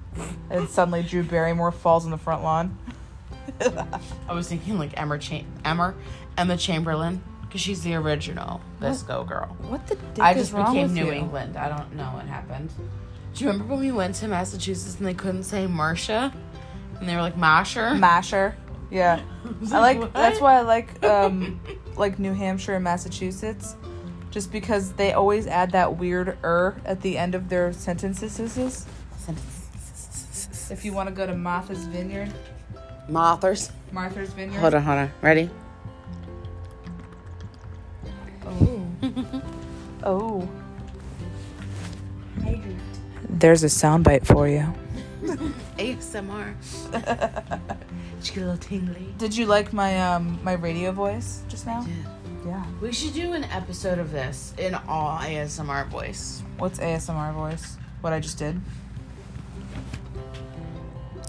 A: And suddenly Drew Barrymore falls on the front lawn.
B: I was thinking like Emma Cha- Emma Emma Chamberlain because she's the original Visco girl.
A: What the dick
B: I
A: is
B: just
A: wrong
B: became
A: with
B: New
A: you?
B: England. I don't know what happened. Do you remember when we went to Massachusetts and they couldn't say Marcia? And they were like Masher?
A: Masher. Yeah.
B: was
A: I like
B: like, "What?"
A: that's why I like um like New Hampshire and Massachusetts. Just because they always add that weird er at the end of their sentences. If you want to go to Martha's Vineyard,
B: Mothers.
A: Martha's Vineyard.
B: Hold on, hold on. Ready?
A: Oh. oh. There's a soundbite for you.
B: ASMR. Did you get a little tingly?
A: Did you like my um my radio voice just now?
B: Yeah.
A: Yeah.
B: We should do an episode of this in all ASMR voice.
A: What's ASMR voice? What I just did?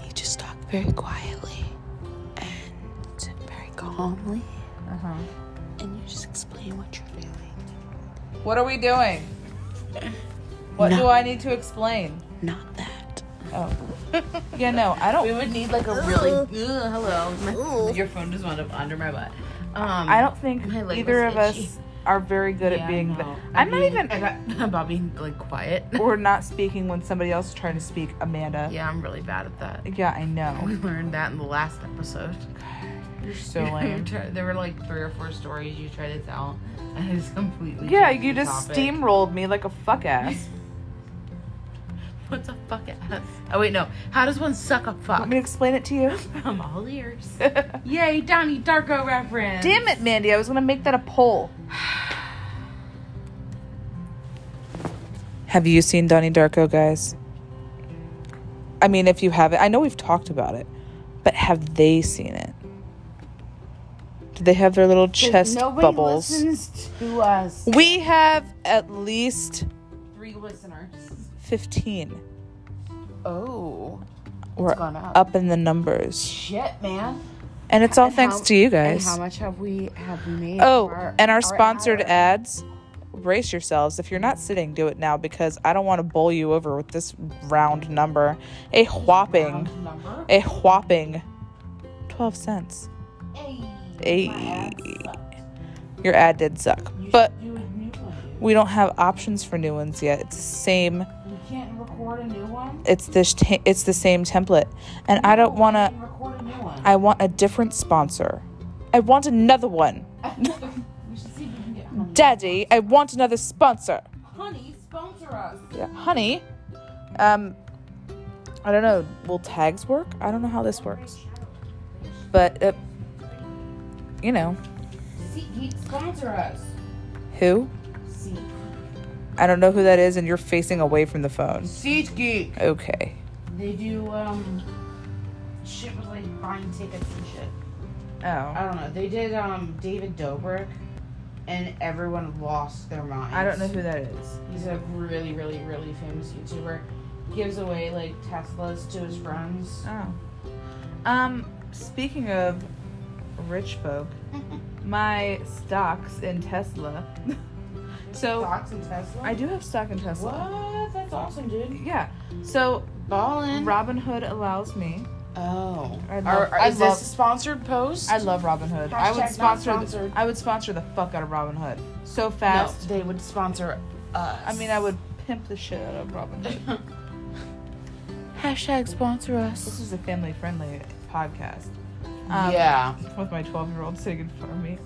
B: You just talk very quietly and very calmly,
A: Uh
B: Uh-huh.
A: huh.
B: and you just explain what you're doing.
A: What are we doing? What
B: No.
A: do I need to explain?
B: Not that.
A: Oh. Yeah, no, I
B: We
A: don't.
B: would need like a really. Ugh, hello. My, your phone just wound up under my butt. Um,
A: I don't think
B: My leg
A: either
B: was
A: of
B: itchy.
A: us are very good
B: Yeah,
A: at
B: I
A: being. The,
B: know.
A: I'm not
B: being-
A: even.
B: I got about being like quiet.
A: We're not speaking when somebody else is trying to speak, Amanda.
B: yeah, I'm really bad at that.
A: Yeah, I know.
B: We learned that in the last episode.
A: You're so lame.
B: there were like three or four stories you tried to tell, and it's completely.
A: Yeah,
B: changed
A: you
B: the
A: just
B: topic.
A: steamrolled me like a fuck ass.
B: What the fuck? Ass? Oh wait, no. How does one suck a
A: Want
B: fuck?
A: me to explain it to you?
B: I'm all ears.
A: Damn
B: Yay, Donnie Darko reference.
A: it, Mandy. I was going to make that a poll. Have you seen Donnie Darko, guys? I mean, if you haven't, I know we've talked about it, but have they seen it? Do they have their little chest
B: Nobody
A: bubbles?
B: listens to us.
A: We have at least
B: Three listeners.
A: 15.
B: Oh,
A: We're
B: gone up.
A: up in the numbers.
B: shit, man.
A: And it's all
B: And
A: thanks
B: how-
A: to you
B: And
A: guys.
B: how much have we have we made?
A: Oh,
B: for
A: and our sponsored
B: hour?
A: ads. Brace yourselves. If you're not sitting, do it now because I don't want to bowl you over with this round number. A whopping,
B: Round number.
A: a whopping 12 cents.
B: Hey,
A: Hey.
B: my ass sucks.
A: Your ad did suck.
B: You should
A: But
B: do a new one, dude.
A: we don't have options for new ones yet. It's the same
B: we can't record a new one.
A: it's this ta- it's the same template. And I don't want
B: We
A: to
B: can record a new one.
A: I want a different sponsor. I want another one.
B: we should see if we can get honey.
A: Daddy, I want another sponsor.
B: honey sponsor us.
A: Yeah, honey. Um, I don't know. Will tags work? I don't know how this works. But uh, you know
B: SeatGeek sponsor us.
A: who?
B: Seat.
A: I don't know who that is, and you're facing away from the phone.
B: SeatGeek.
A: Okay.
B: They do um shit with like buying tickets and shit. I
A: Oh,
B: don't know. They did um David Dobrik, and everyone lost their minds.
A: I don't know who that is.
B: He's a really, really, really famous YouTuber. Gives away like Teslas to his friends.
A: Oh. Um, speaking of rich folk, my stocks in Tesla. so
B: Stocks and Tesla.
A: I do have stock in Tesla.
B: What? That's awesome, dude.
A: Yeah. So
B: Ballin.
A: Robinhood allows me.
B: Oh.
A: I love-
B: Are-
A: I
B: is
A: love-
B: this a sponsored post?
A: I love Robin Hood. I
B: Hashtag
A: would
B: not
A: sponsor. The,
B: sponsored.
A: I would sponsor the fuck out of Robin Hood so
B: No,
A: fast.
B: they would sponsor us.
A: I mean, I would pimp the shit out of Robin Hood.
B: Hashtag sponsor
A: This
B: us.
A: is a family friendly podcast. um,
B: yeah.
A: With my 12 year old sitting in front of me.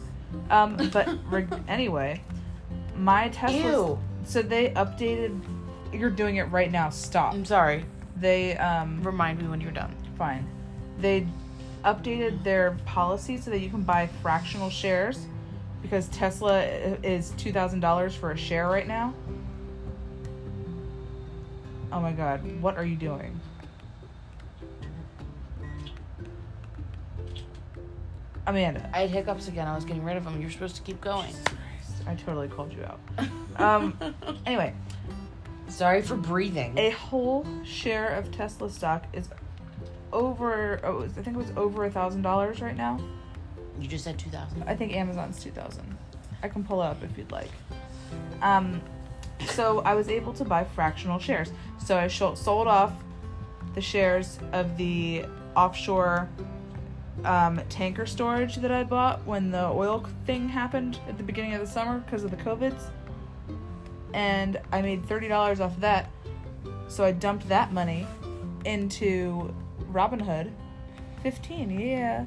A: Um, but reg- anyway, my Tesla.
B: Ew.
A: So they updated. You're doing it right now. Stop.
B: I'm sorry.
A: They um
B: Remind me when you're done.
A: fine. They updated their policy so that you can buy fractional shares because Tesla i- is two thousand dollars for a share right now. Oh my god, what are you doing? Amanda.
B: I had hiccups again. I was getting rid of them. You're supposed to keep going.
A: Christ, I totally called you out. Um, anyway,
B: sorry for breathing.
A: a whole share of Tesla stock is over. Oh, I think it was over a thousand dollars right now.
B: you just said 2000.
A: I think Amazon's 2000. I can pull it up if you'd like. Um, so I was able to buy fractional shares. So I sho- sold off the shares of the offshore um, tanker storage that I bought when the oil thing happened at the beginning of the summer because of the COVIDs. And I made $30 off of that. So I dumped that money into Robinhood. 15, yeah.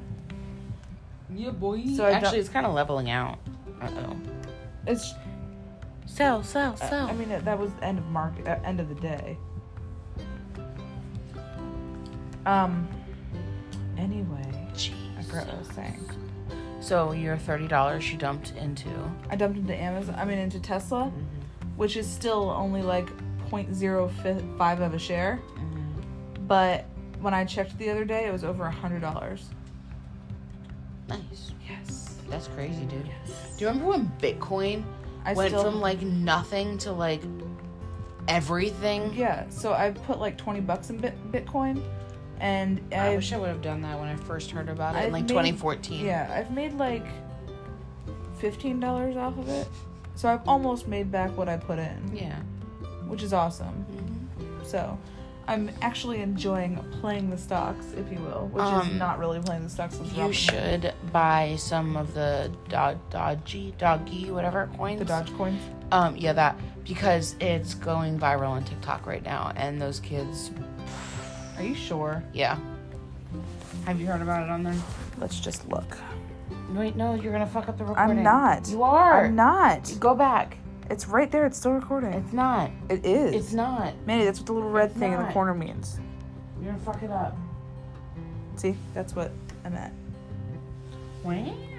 B: Yeah, boy.
A: So
B: So
A: I don't-
B: Actually, it's kind of leveling out. Uh oh.
A: It's
B: Sell, sell,
A: I-
B: sell.
A: Uh, I mean, that- that was the end of market, uh, end of the day. Um. Anyway, I forgot what I was saying.
B: so your $30 you dumped into.
A: I dumped into Amazon. I mean, into Tesla,
B: Mm-hmm.
A: which is still only like 0.05 of a share.
B: Mm-hmm.
A: But when I checked the other day, it was over a hundred dollars.
B: Nice.
A: Yes.
B: That's crazy, dude.
A: Yes.
B: Do you remember when Bitcoin
A: I
B: went
A: still.
B: from like nothing to like everything?
A: yeah. So I put like 20 bucks in bit- Bitcoin, and
B: I,
A: I
B: wish I would have done that when I first heard about it
A: I've
B: in like
A: made-
B: 2014.
A: Yeah, I've made like fifteen dollars off of it, so I've almost made back what I put in,
B: Yeah.
A: which is awesome.
B: Mm-hmm.
A: So, I'm actually enjoying playing the stocks, if you will, which is
B: Um,
A: not really playing the stocks. It's
B: You
A: Robinhood.
B: should buy some of the do- dodgy, doggy, whatever coins.
A: the Dodge coins.
B: Um, yeah, that because it's going viral on TikTok right now, and those kids,
A: Are you sure?
B: yeah. Have you heard about it on there?
A: Let's just look.
B: Wait, no, you're gonna fuck up the recording.
A: not.
B: You are.
A: I'm not.
B: Go back.
A: It's right there. It's still recording.
B: It's not.
A: It is.
B: It's not.
A: Manny, that's what the little red
B: It's
A: thing in the
B: not.
A: corner means.
B: You're gonna fuck it up.
A: See, that's what I'm at.
B: Wow.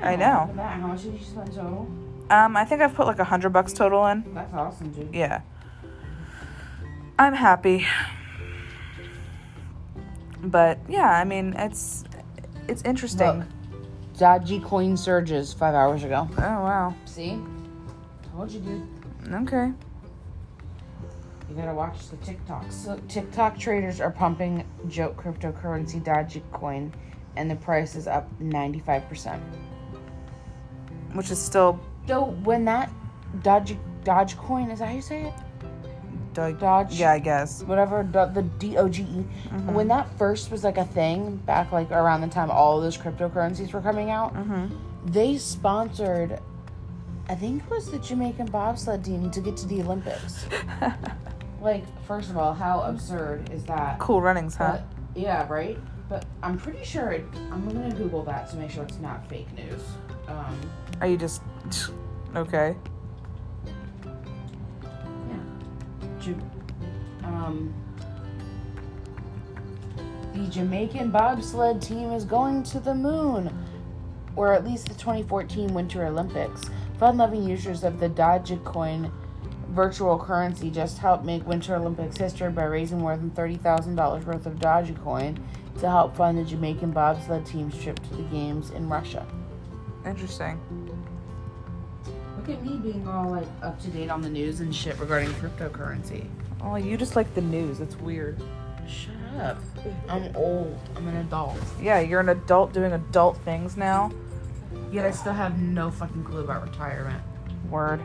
A: I know.
B: Look at that. How much did you spend total?
A: Um, I think I've put like a hundred bucks total in.
B: That's awesome, dude.
A: yeah i'm happy but yeah i mean it's it's interesting
B: Look. Dodgy coin surges five hours ago.
A: oh wow
B: See? Told you, dude.
A: okay
B: You gotta watch the TikToks. So TikTok traders are pumping joke cryptocurrency Dodgy coin, and the price is up 95%.
A: which is still
B: Though when that Dodgy Dodge coin is that how you say it?
A: dog
B: Dodge.
A: yeah i guess
B: Whatever do- the D O G E. When that first was like a thing back like around the time all those cryptocurrencies were coming out,
A: Mm-hmm.
B: they sponsored. I think it was the Jamaican bobsled team to get to the Olympics. like, first of all, how absurd is that?
A: cool runnings huh
B: But, yeah, right? But I'm pretty sure it, I'm gonna Google that to make sure it's not fake news. Um,
A: are you just okay
B: Ju- um, the Jamaican bobsled team is going to the moon, or at least the 2014 Winter Olympics. Fun loving users of the Dogecoin virtual currency just helped make Winter Olympics history by raising more than $30,000 worth of Dogecoin to help fund the Jamaican bobsled team's trip to the Games in Russia.
A: interesting
B: Look at me being all like up to date on the news and shit regarding cryptocurrency.
A: oh you just like the news it's weird
B: Shut up. I'm old. I'm an adult.
A: yeah you're an adult doing adult things now
B: Yet I still have no fucking clue about retirement.
A: word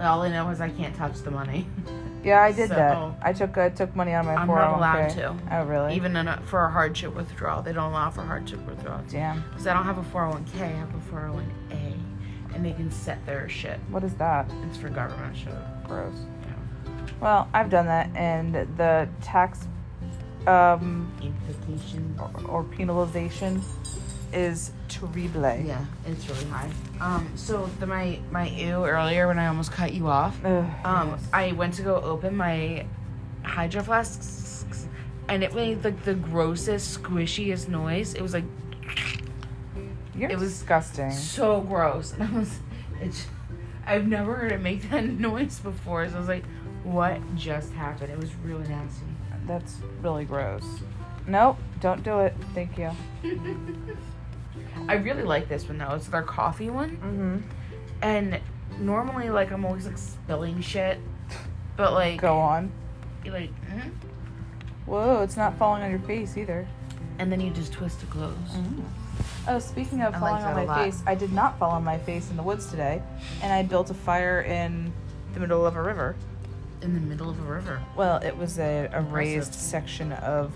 B: All I know is I can't touch the money.
A: yeah i did
B: So-
A: that i took i took money out of my
B: I'm
A: 401k
B: not allowed to.
A: oh really
B: Even in a, for a hardship withdrawal, they don't allow for hardship withdrawals.
A: damn
B: Because I don't have a 401k, I have a 401a. And they can set their shit.
A: what is that
B: It's for government shit.
A: gross
B: Yeah.
A: Well, I've done that, and the tax um,
B: Implication.
A: or, or penalization is terrible.
B: Yeah, it's really high. Um, so the, my my ew earlier when I almost cut you off.
A: Ugh,
B: Um,
A: yes.
B: I went to go open my hydro flasks, and it made like the grossest, squishiest noise. It was like
A: You're
B: it was-
A: disgusting.
B: so gross, and I was, it's, I've never heard it make that noise before. So I was like, what just happened? It was really nasty.
A: That's really gross. Nope, don't do it. Thank you.
B: I really like this one though. It's their coffee one,
A: Mm-hmm.
B: and normally like I'm always like spilling shit, but like
A: Go on.
B: you're like, mm?
A: Whoa, it's not falling on your face either.
B: and then you just twist to close.
A: Oh, speaking of
B: I like
A: falling
B: that a
A: on my
B: lot.
A: face, I did not fall on my face in the woods today, and I built a fire in the middle of a river.
B: in the middle of a river.
A: Well, it was a, a raised
B: Impressive.
A: section of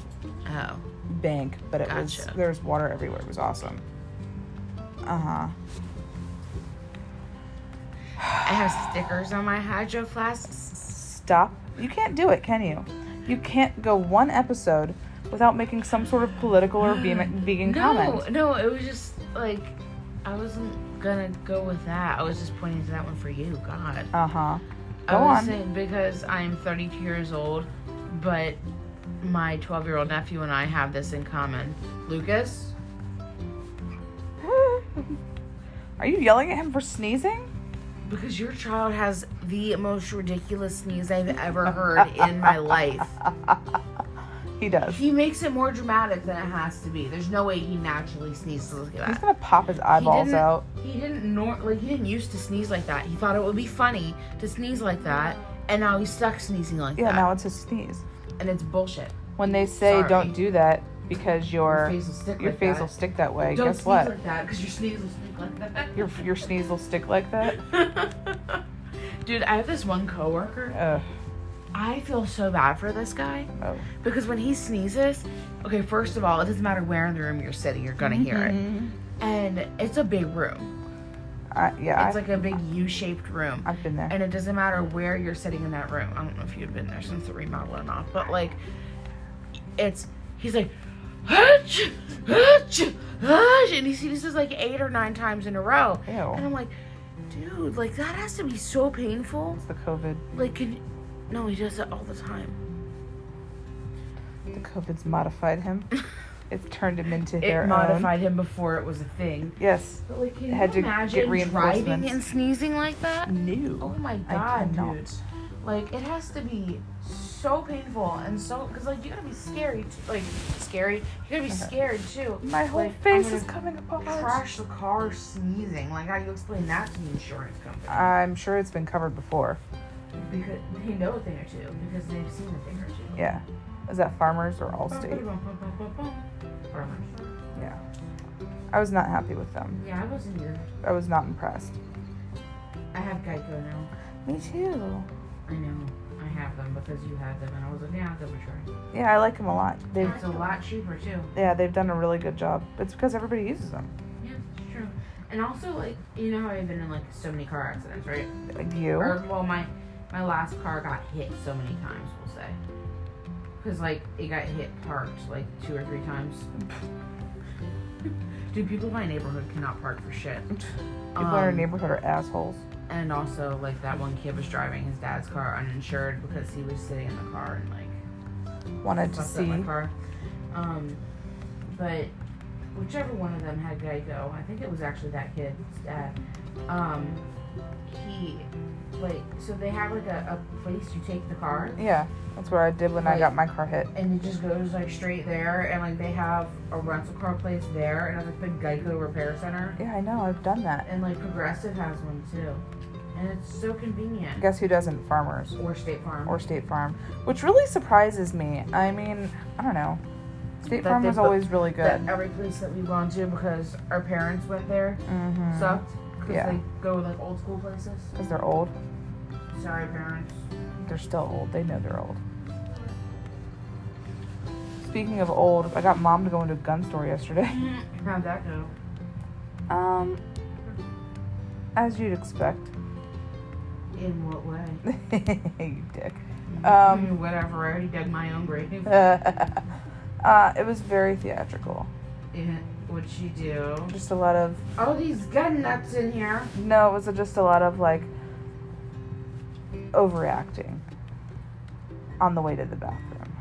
B: Oh,
A: bank, but it was
B: Gotcha.
A: there was water everywhere. It was awesome. Uh huh.
B: I have stickers on my hydro flasks.
A: Stop. You can't do it, can you? You can't go one episode without making some sort of political or vegan, vegan
B: no,
A: comment.
B: No, it was just like I wasn't gonna go with that. I was just pointing to that one for you. God.
A: Uh huh. Go
B: I was
A: on.
B: saying because I'm 32 years old, but my 12 year old nephew and I have this in common. Lucas,
A: Are you yelling at him for sneezing?
B: because your child has the most ridiculous sneeze I've ever heard in my life.
A: He does.
B: He makes it more dramatic than it has to be. There's no way he naturally sneezes like that.
A: He's gonna pop his eyeballs
B: didn't-
A: out.
B: He didn't nor- like he didn't used to sneeze like that. He thought it would be funny to sneeze like that, and now he's stuck sneezing like
A: Yeah,
B: that.
A: now it's his sneeze.
B: and it's bullshit.
A: When they say
B: Sorry.
A: don't do that because your
B: your face will stick
A: your
B: like
A: face
B: that.
A: will stick that way,
B: Don't
A: guess
B: sneeze
A: what?
B: like that because your sneeze will stick like that.
A: your your sneeze will stick like that.
B: Dude, I have this one coworker.
A: Ugh.
B: I feel so bad for this guy
A: Oh.
B: because when he sneezes, okay, first of all, it doesn't matter where in the room you're sitting, you're gonna hear it,
A: Mm-hmm.
B: and it's a big room.
A: I, yeah,
B: It's
A: I,
B: like a big U-shaped room.
A: I've been there.
B: and it doesn't matter where you're sitting in that room. I don't know if you'd been there since the remodel or not, but like, it's he's like, "Hutch, hutch, hutch," and he sneezes like eight or nine times in a row,
A: Ew.
B: and I'm like, dude, like that has to be so painful.
A: It's the COVID.
B: Like, can no, he does it all the time.
A: The COVID's modified him. It's turned him into
B: It
A: their own.
B: modified him before it was a thing.
A: Yes.
B: But like, can
A: It had
B: you
A: to get
B: imagine driving
A: reinforcements.
B: and sneezing like that?
A: New.
B: Oh my
A: I
B: god,
A: cannot.
B: dude. Like it has to be so painful and so because like you gotta be scary, too, like scary. You gotta be scared too.
A: My whole
B: Like, I'm
A: face
B: gonna
A: is coming apart.
B: Crash the car sneezing. Like how you explain that to the insurance company?
A: I'm sure it's been covered before.
B: Uh, Because they know a thing or two because they've seen a thing or two.
A: Yeah. Is that farmers or Allstate?
B: Farmers.
A: Yeah. I was not happy with them.
B: Yeah, I wasn't here.
A: I was not impressed.
B: I have Geico now.
A: Me too.
B: I know. I have them because you have them, and I was like, yeah, I'll give it a try.
A: Yeah, I like them a lot. They've
B: It's a lot cheaper too.
A: yeah, they've done a really good job. It's because everybody uses them.
B: Yeah, it's true. And also, like, you know how I've been in like so many car accidents, right?
A: Like you.
B: Or well, my my last car got hit so many times, we'll say, because like it got hit parked like two or three times. Dude, people in my neighborhood cannot park for shit.
A: People in our
B: Um,
A: neighborhood are assholes.
B: And also, like that one kid was driving his dad's car uninsured because he was sitting in the car and like
A: Wanted to
B: fucked
A: see.
B: up my car. Um, but whichever one of them had Geico, I think it was actually that kid's dad. Um, he like so they have like a, a place you take the car
A: Yeah, that's what I did when I
B: Like-
A: got my car hit.
B: and it just goes like straight there and like they have a rental car place there and like the Geico repair center
A: Yeah, I know. I've done that.
B: and like Progressive has one too, and it's so convenient.
A: Guess who doesn't? Farmers
B: Or State Farm.
A: or State Farm, which really surprises me. I mean, I don't know. State
B: That
A: Farm
B: they
A: was
B: put-
A: always really good.
B: That every place that we've gone to because our parents went there
A: Mhm.
B: sucked because
A: Yeah.
B: they go like old school places.
A: 'Cause they're old.
B: Sorry, parents.
A: They're still old. They know they're old. Speaking of old, I got mom to go into a gun store yesterday.
B: How'd that go?
A: Um, as you'd expect.
B: In what way?
A: you dick. Um,
B: Mm, Whatever. I already dug my own grave.
A: uh, it was very theatrical.
B: And what'd she do?
A: Just a lot of
B: All these gun nuts in here.
A: no, it was just a lot of like overacting on the way to the bathroom.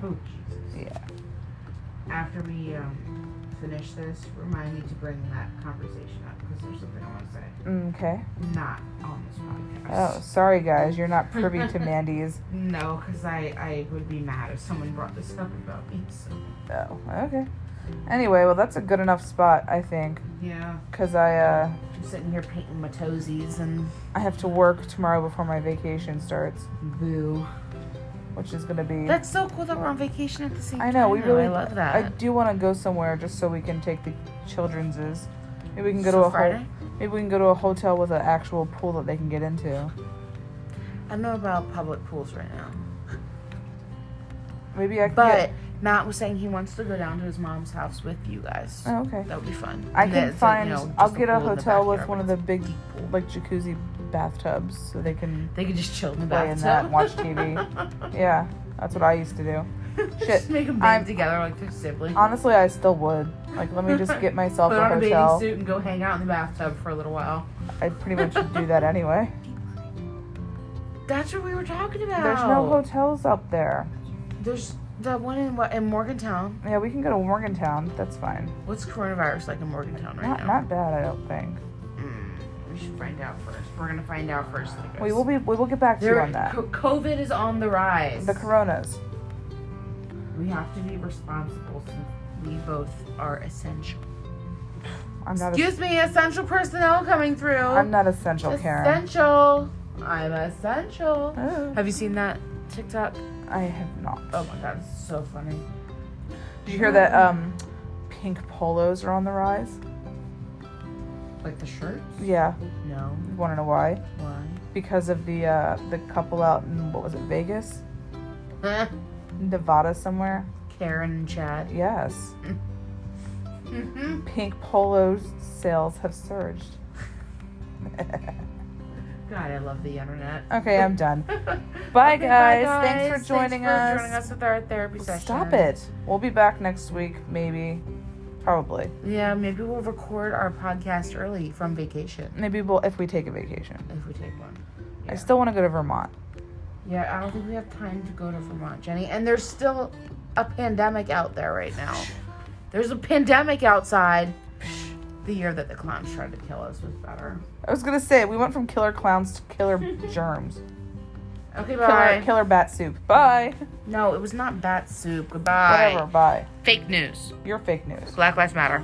B: Oh Jesus.
A: Yeah.
B: After we um, finish this, remind me to bring that conversation up because there's something I want to say.
A: Okay.
B: Not on this podcast.
A: Oh, sorry guys, you're not privy to Mandy's.
B: No, because I, I would be mad if someone brought this up about me. So
A: Oh, okay. Anyway, well that's a good enough spot, I think,
B: yeah,
A: cuz I uh
B: I'm sitting here painting my toesies and
A: I have to work tomorrow before my vacation starts,
B: boo.
A: which is going to be
B: That's so cool that we're on vacation at the same
A: I
B: time.
A: know, we
B: though.
A: really
B: I love that.
A: I do want to go somewhere just so we can take the children's. Maybe we can go
B: So
A: to a
B: Friday?
A: ho- maybe we can go to a hotel with an actual pool that they can get into.
B: I don't know about public pools right now.
A: Maybe I can
B: But
A: get-
B: Matt was saying he wants to go down to his mom's house with you guys.
A: Oh, okay.
B: That would be fun.
A: I
B: And
A: can
B: it's like,
A: find.
B: you know,
A: I'll
B: just
A: get a
B: pool in the
A: hotel with
B: backyard,
A: one of
B: but
A: the big,
B: it's a deep pool.
A: like jacuzzi bathtubs, so they can.
B: They could just chill in the
A: play in
B: bathtub.
A: that and watch TV. Yeah, that's what I used to do.
B: just
A: Shit,
B: make them
A: I'm-
B: bang together like they're siblings.
A: Honestly, I still would. Like, let me just get myself
B: Put
A: a
B: on a bathing
A: hotel.
B: suit and go hang out in the bathtub for a little while.
A: I pretty much do that anyway.
B: That's what we were talking about.
A: There's no hotels up there.
B: There's that one in what in Morgantown.
A: Yeah, we can go to Morgantown. That's fine.
B: What's coronavirus like in Morgantown right
A: Not
B: now?
A: not bad, I don't think.
B: Mm, we should find out first. We're gonna find out first. Lucas.
A: We will be. We will get back to you
B: There-
A: on that.
B: co- COVID is on the rise.
A: The coronas.
B: we have to be responsible since we both are essential.
A: I'm not. A,
B: Excuse me, essential personnel coming through.
A: I'm not essential, Karen.
B: essential. I'm essential.
A: Oh,
B: Have you seen that TikTok?
A: I have not.
B: Oh my god, it's so funny.
A: Did you hear that? Um, pink polos are on the rise.
B: Like the shirts?
A: Yeah,
B: No.
A: you want to know why?
B: Why?
A: Because of the uh, the couple out in what was it, Vegas,
B: Huh?
A: Nevada somewhere.
B: Karen and Chad.
A: Yes,
B: Mm-hmm.
A: pink polo sales have surged.
B: God, I love the internet.
A: okay, I'm done.
B: Okay,
A: Bye, guys. Thanks for joining
B: Thanks for joining
A: us.
B: us with our therapy session.
A: Stop it. We'll be back next week, maybe, probably.
B: Yeah, maybe we'll record our podcast early from vacation
A: Maybe we'll if we take a vacation.
B: if we take one.
A: I still want to go to Vermont.
B: Yeah, I don't think we have time to go to Vermont, Jenny. And there's still a pandemic out there right now. There's a pandemic outside. The year that the clowns tried to kill us was better.
A: I was gonna say we went from killer clowns to killer germs.
B: Okay,
A: Killer,
B: bye.
A: killer bat soup. Bye.
B: No, it was not bat soup. Goodbye.
A: Whatever. Bye.
B: Fake news.
A: You're fake news.
B: Black Lives Matter.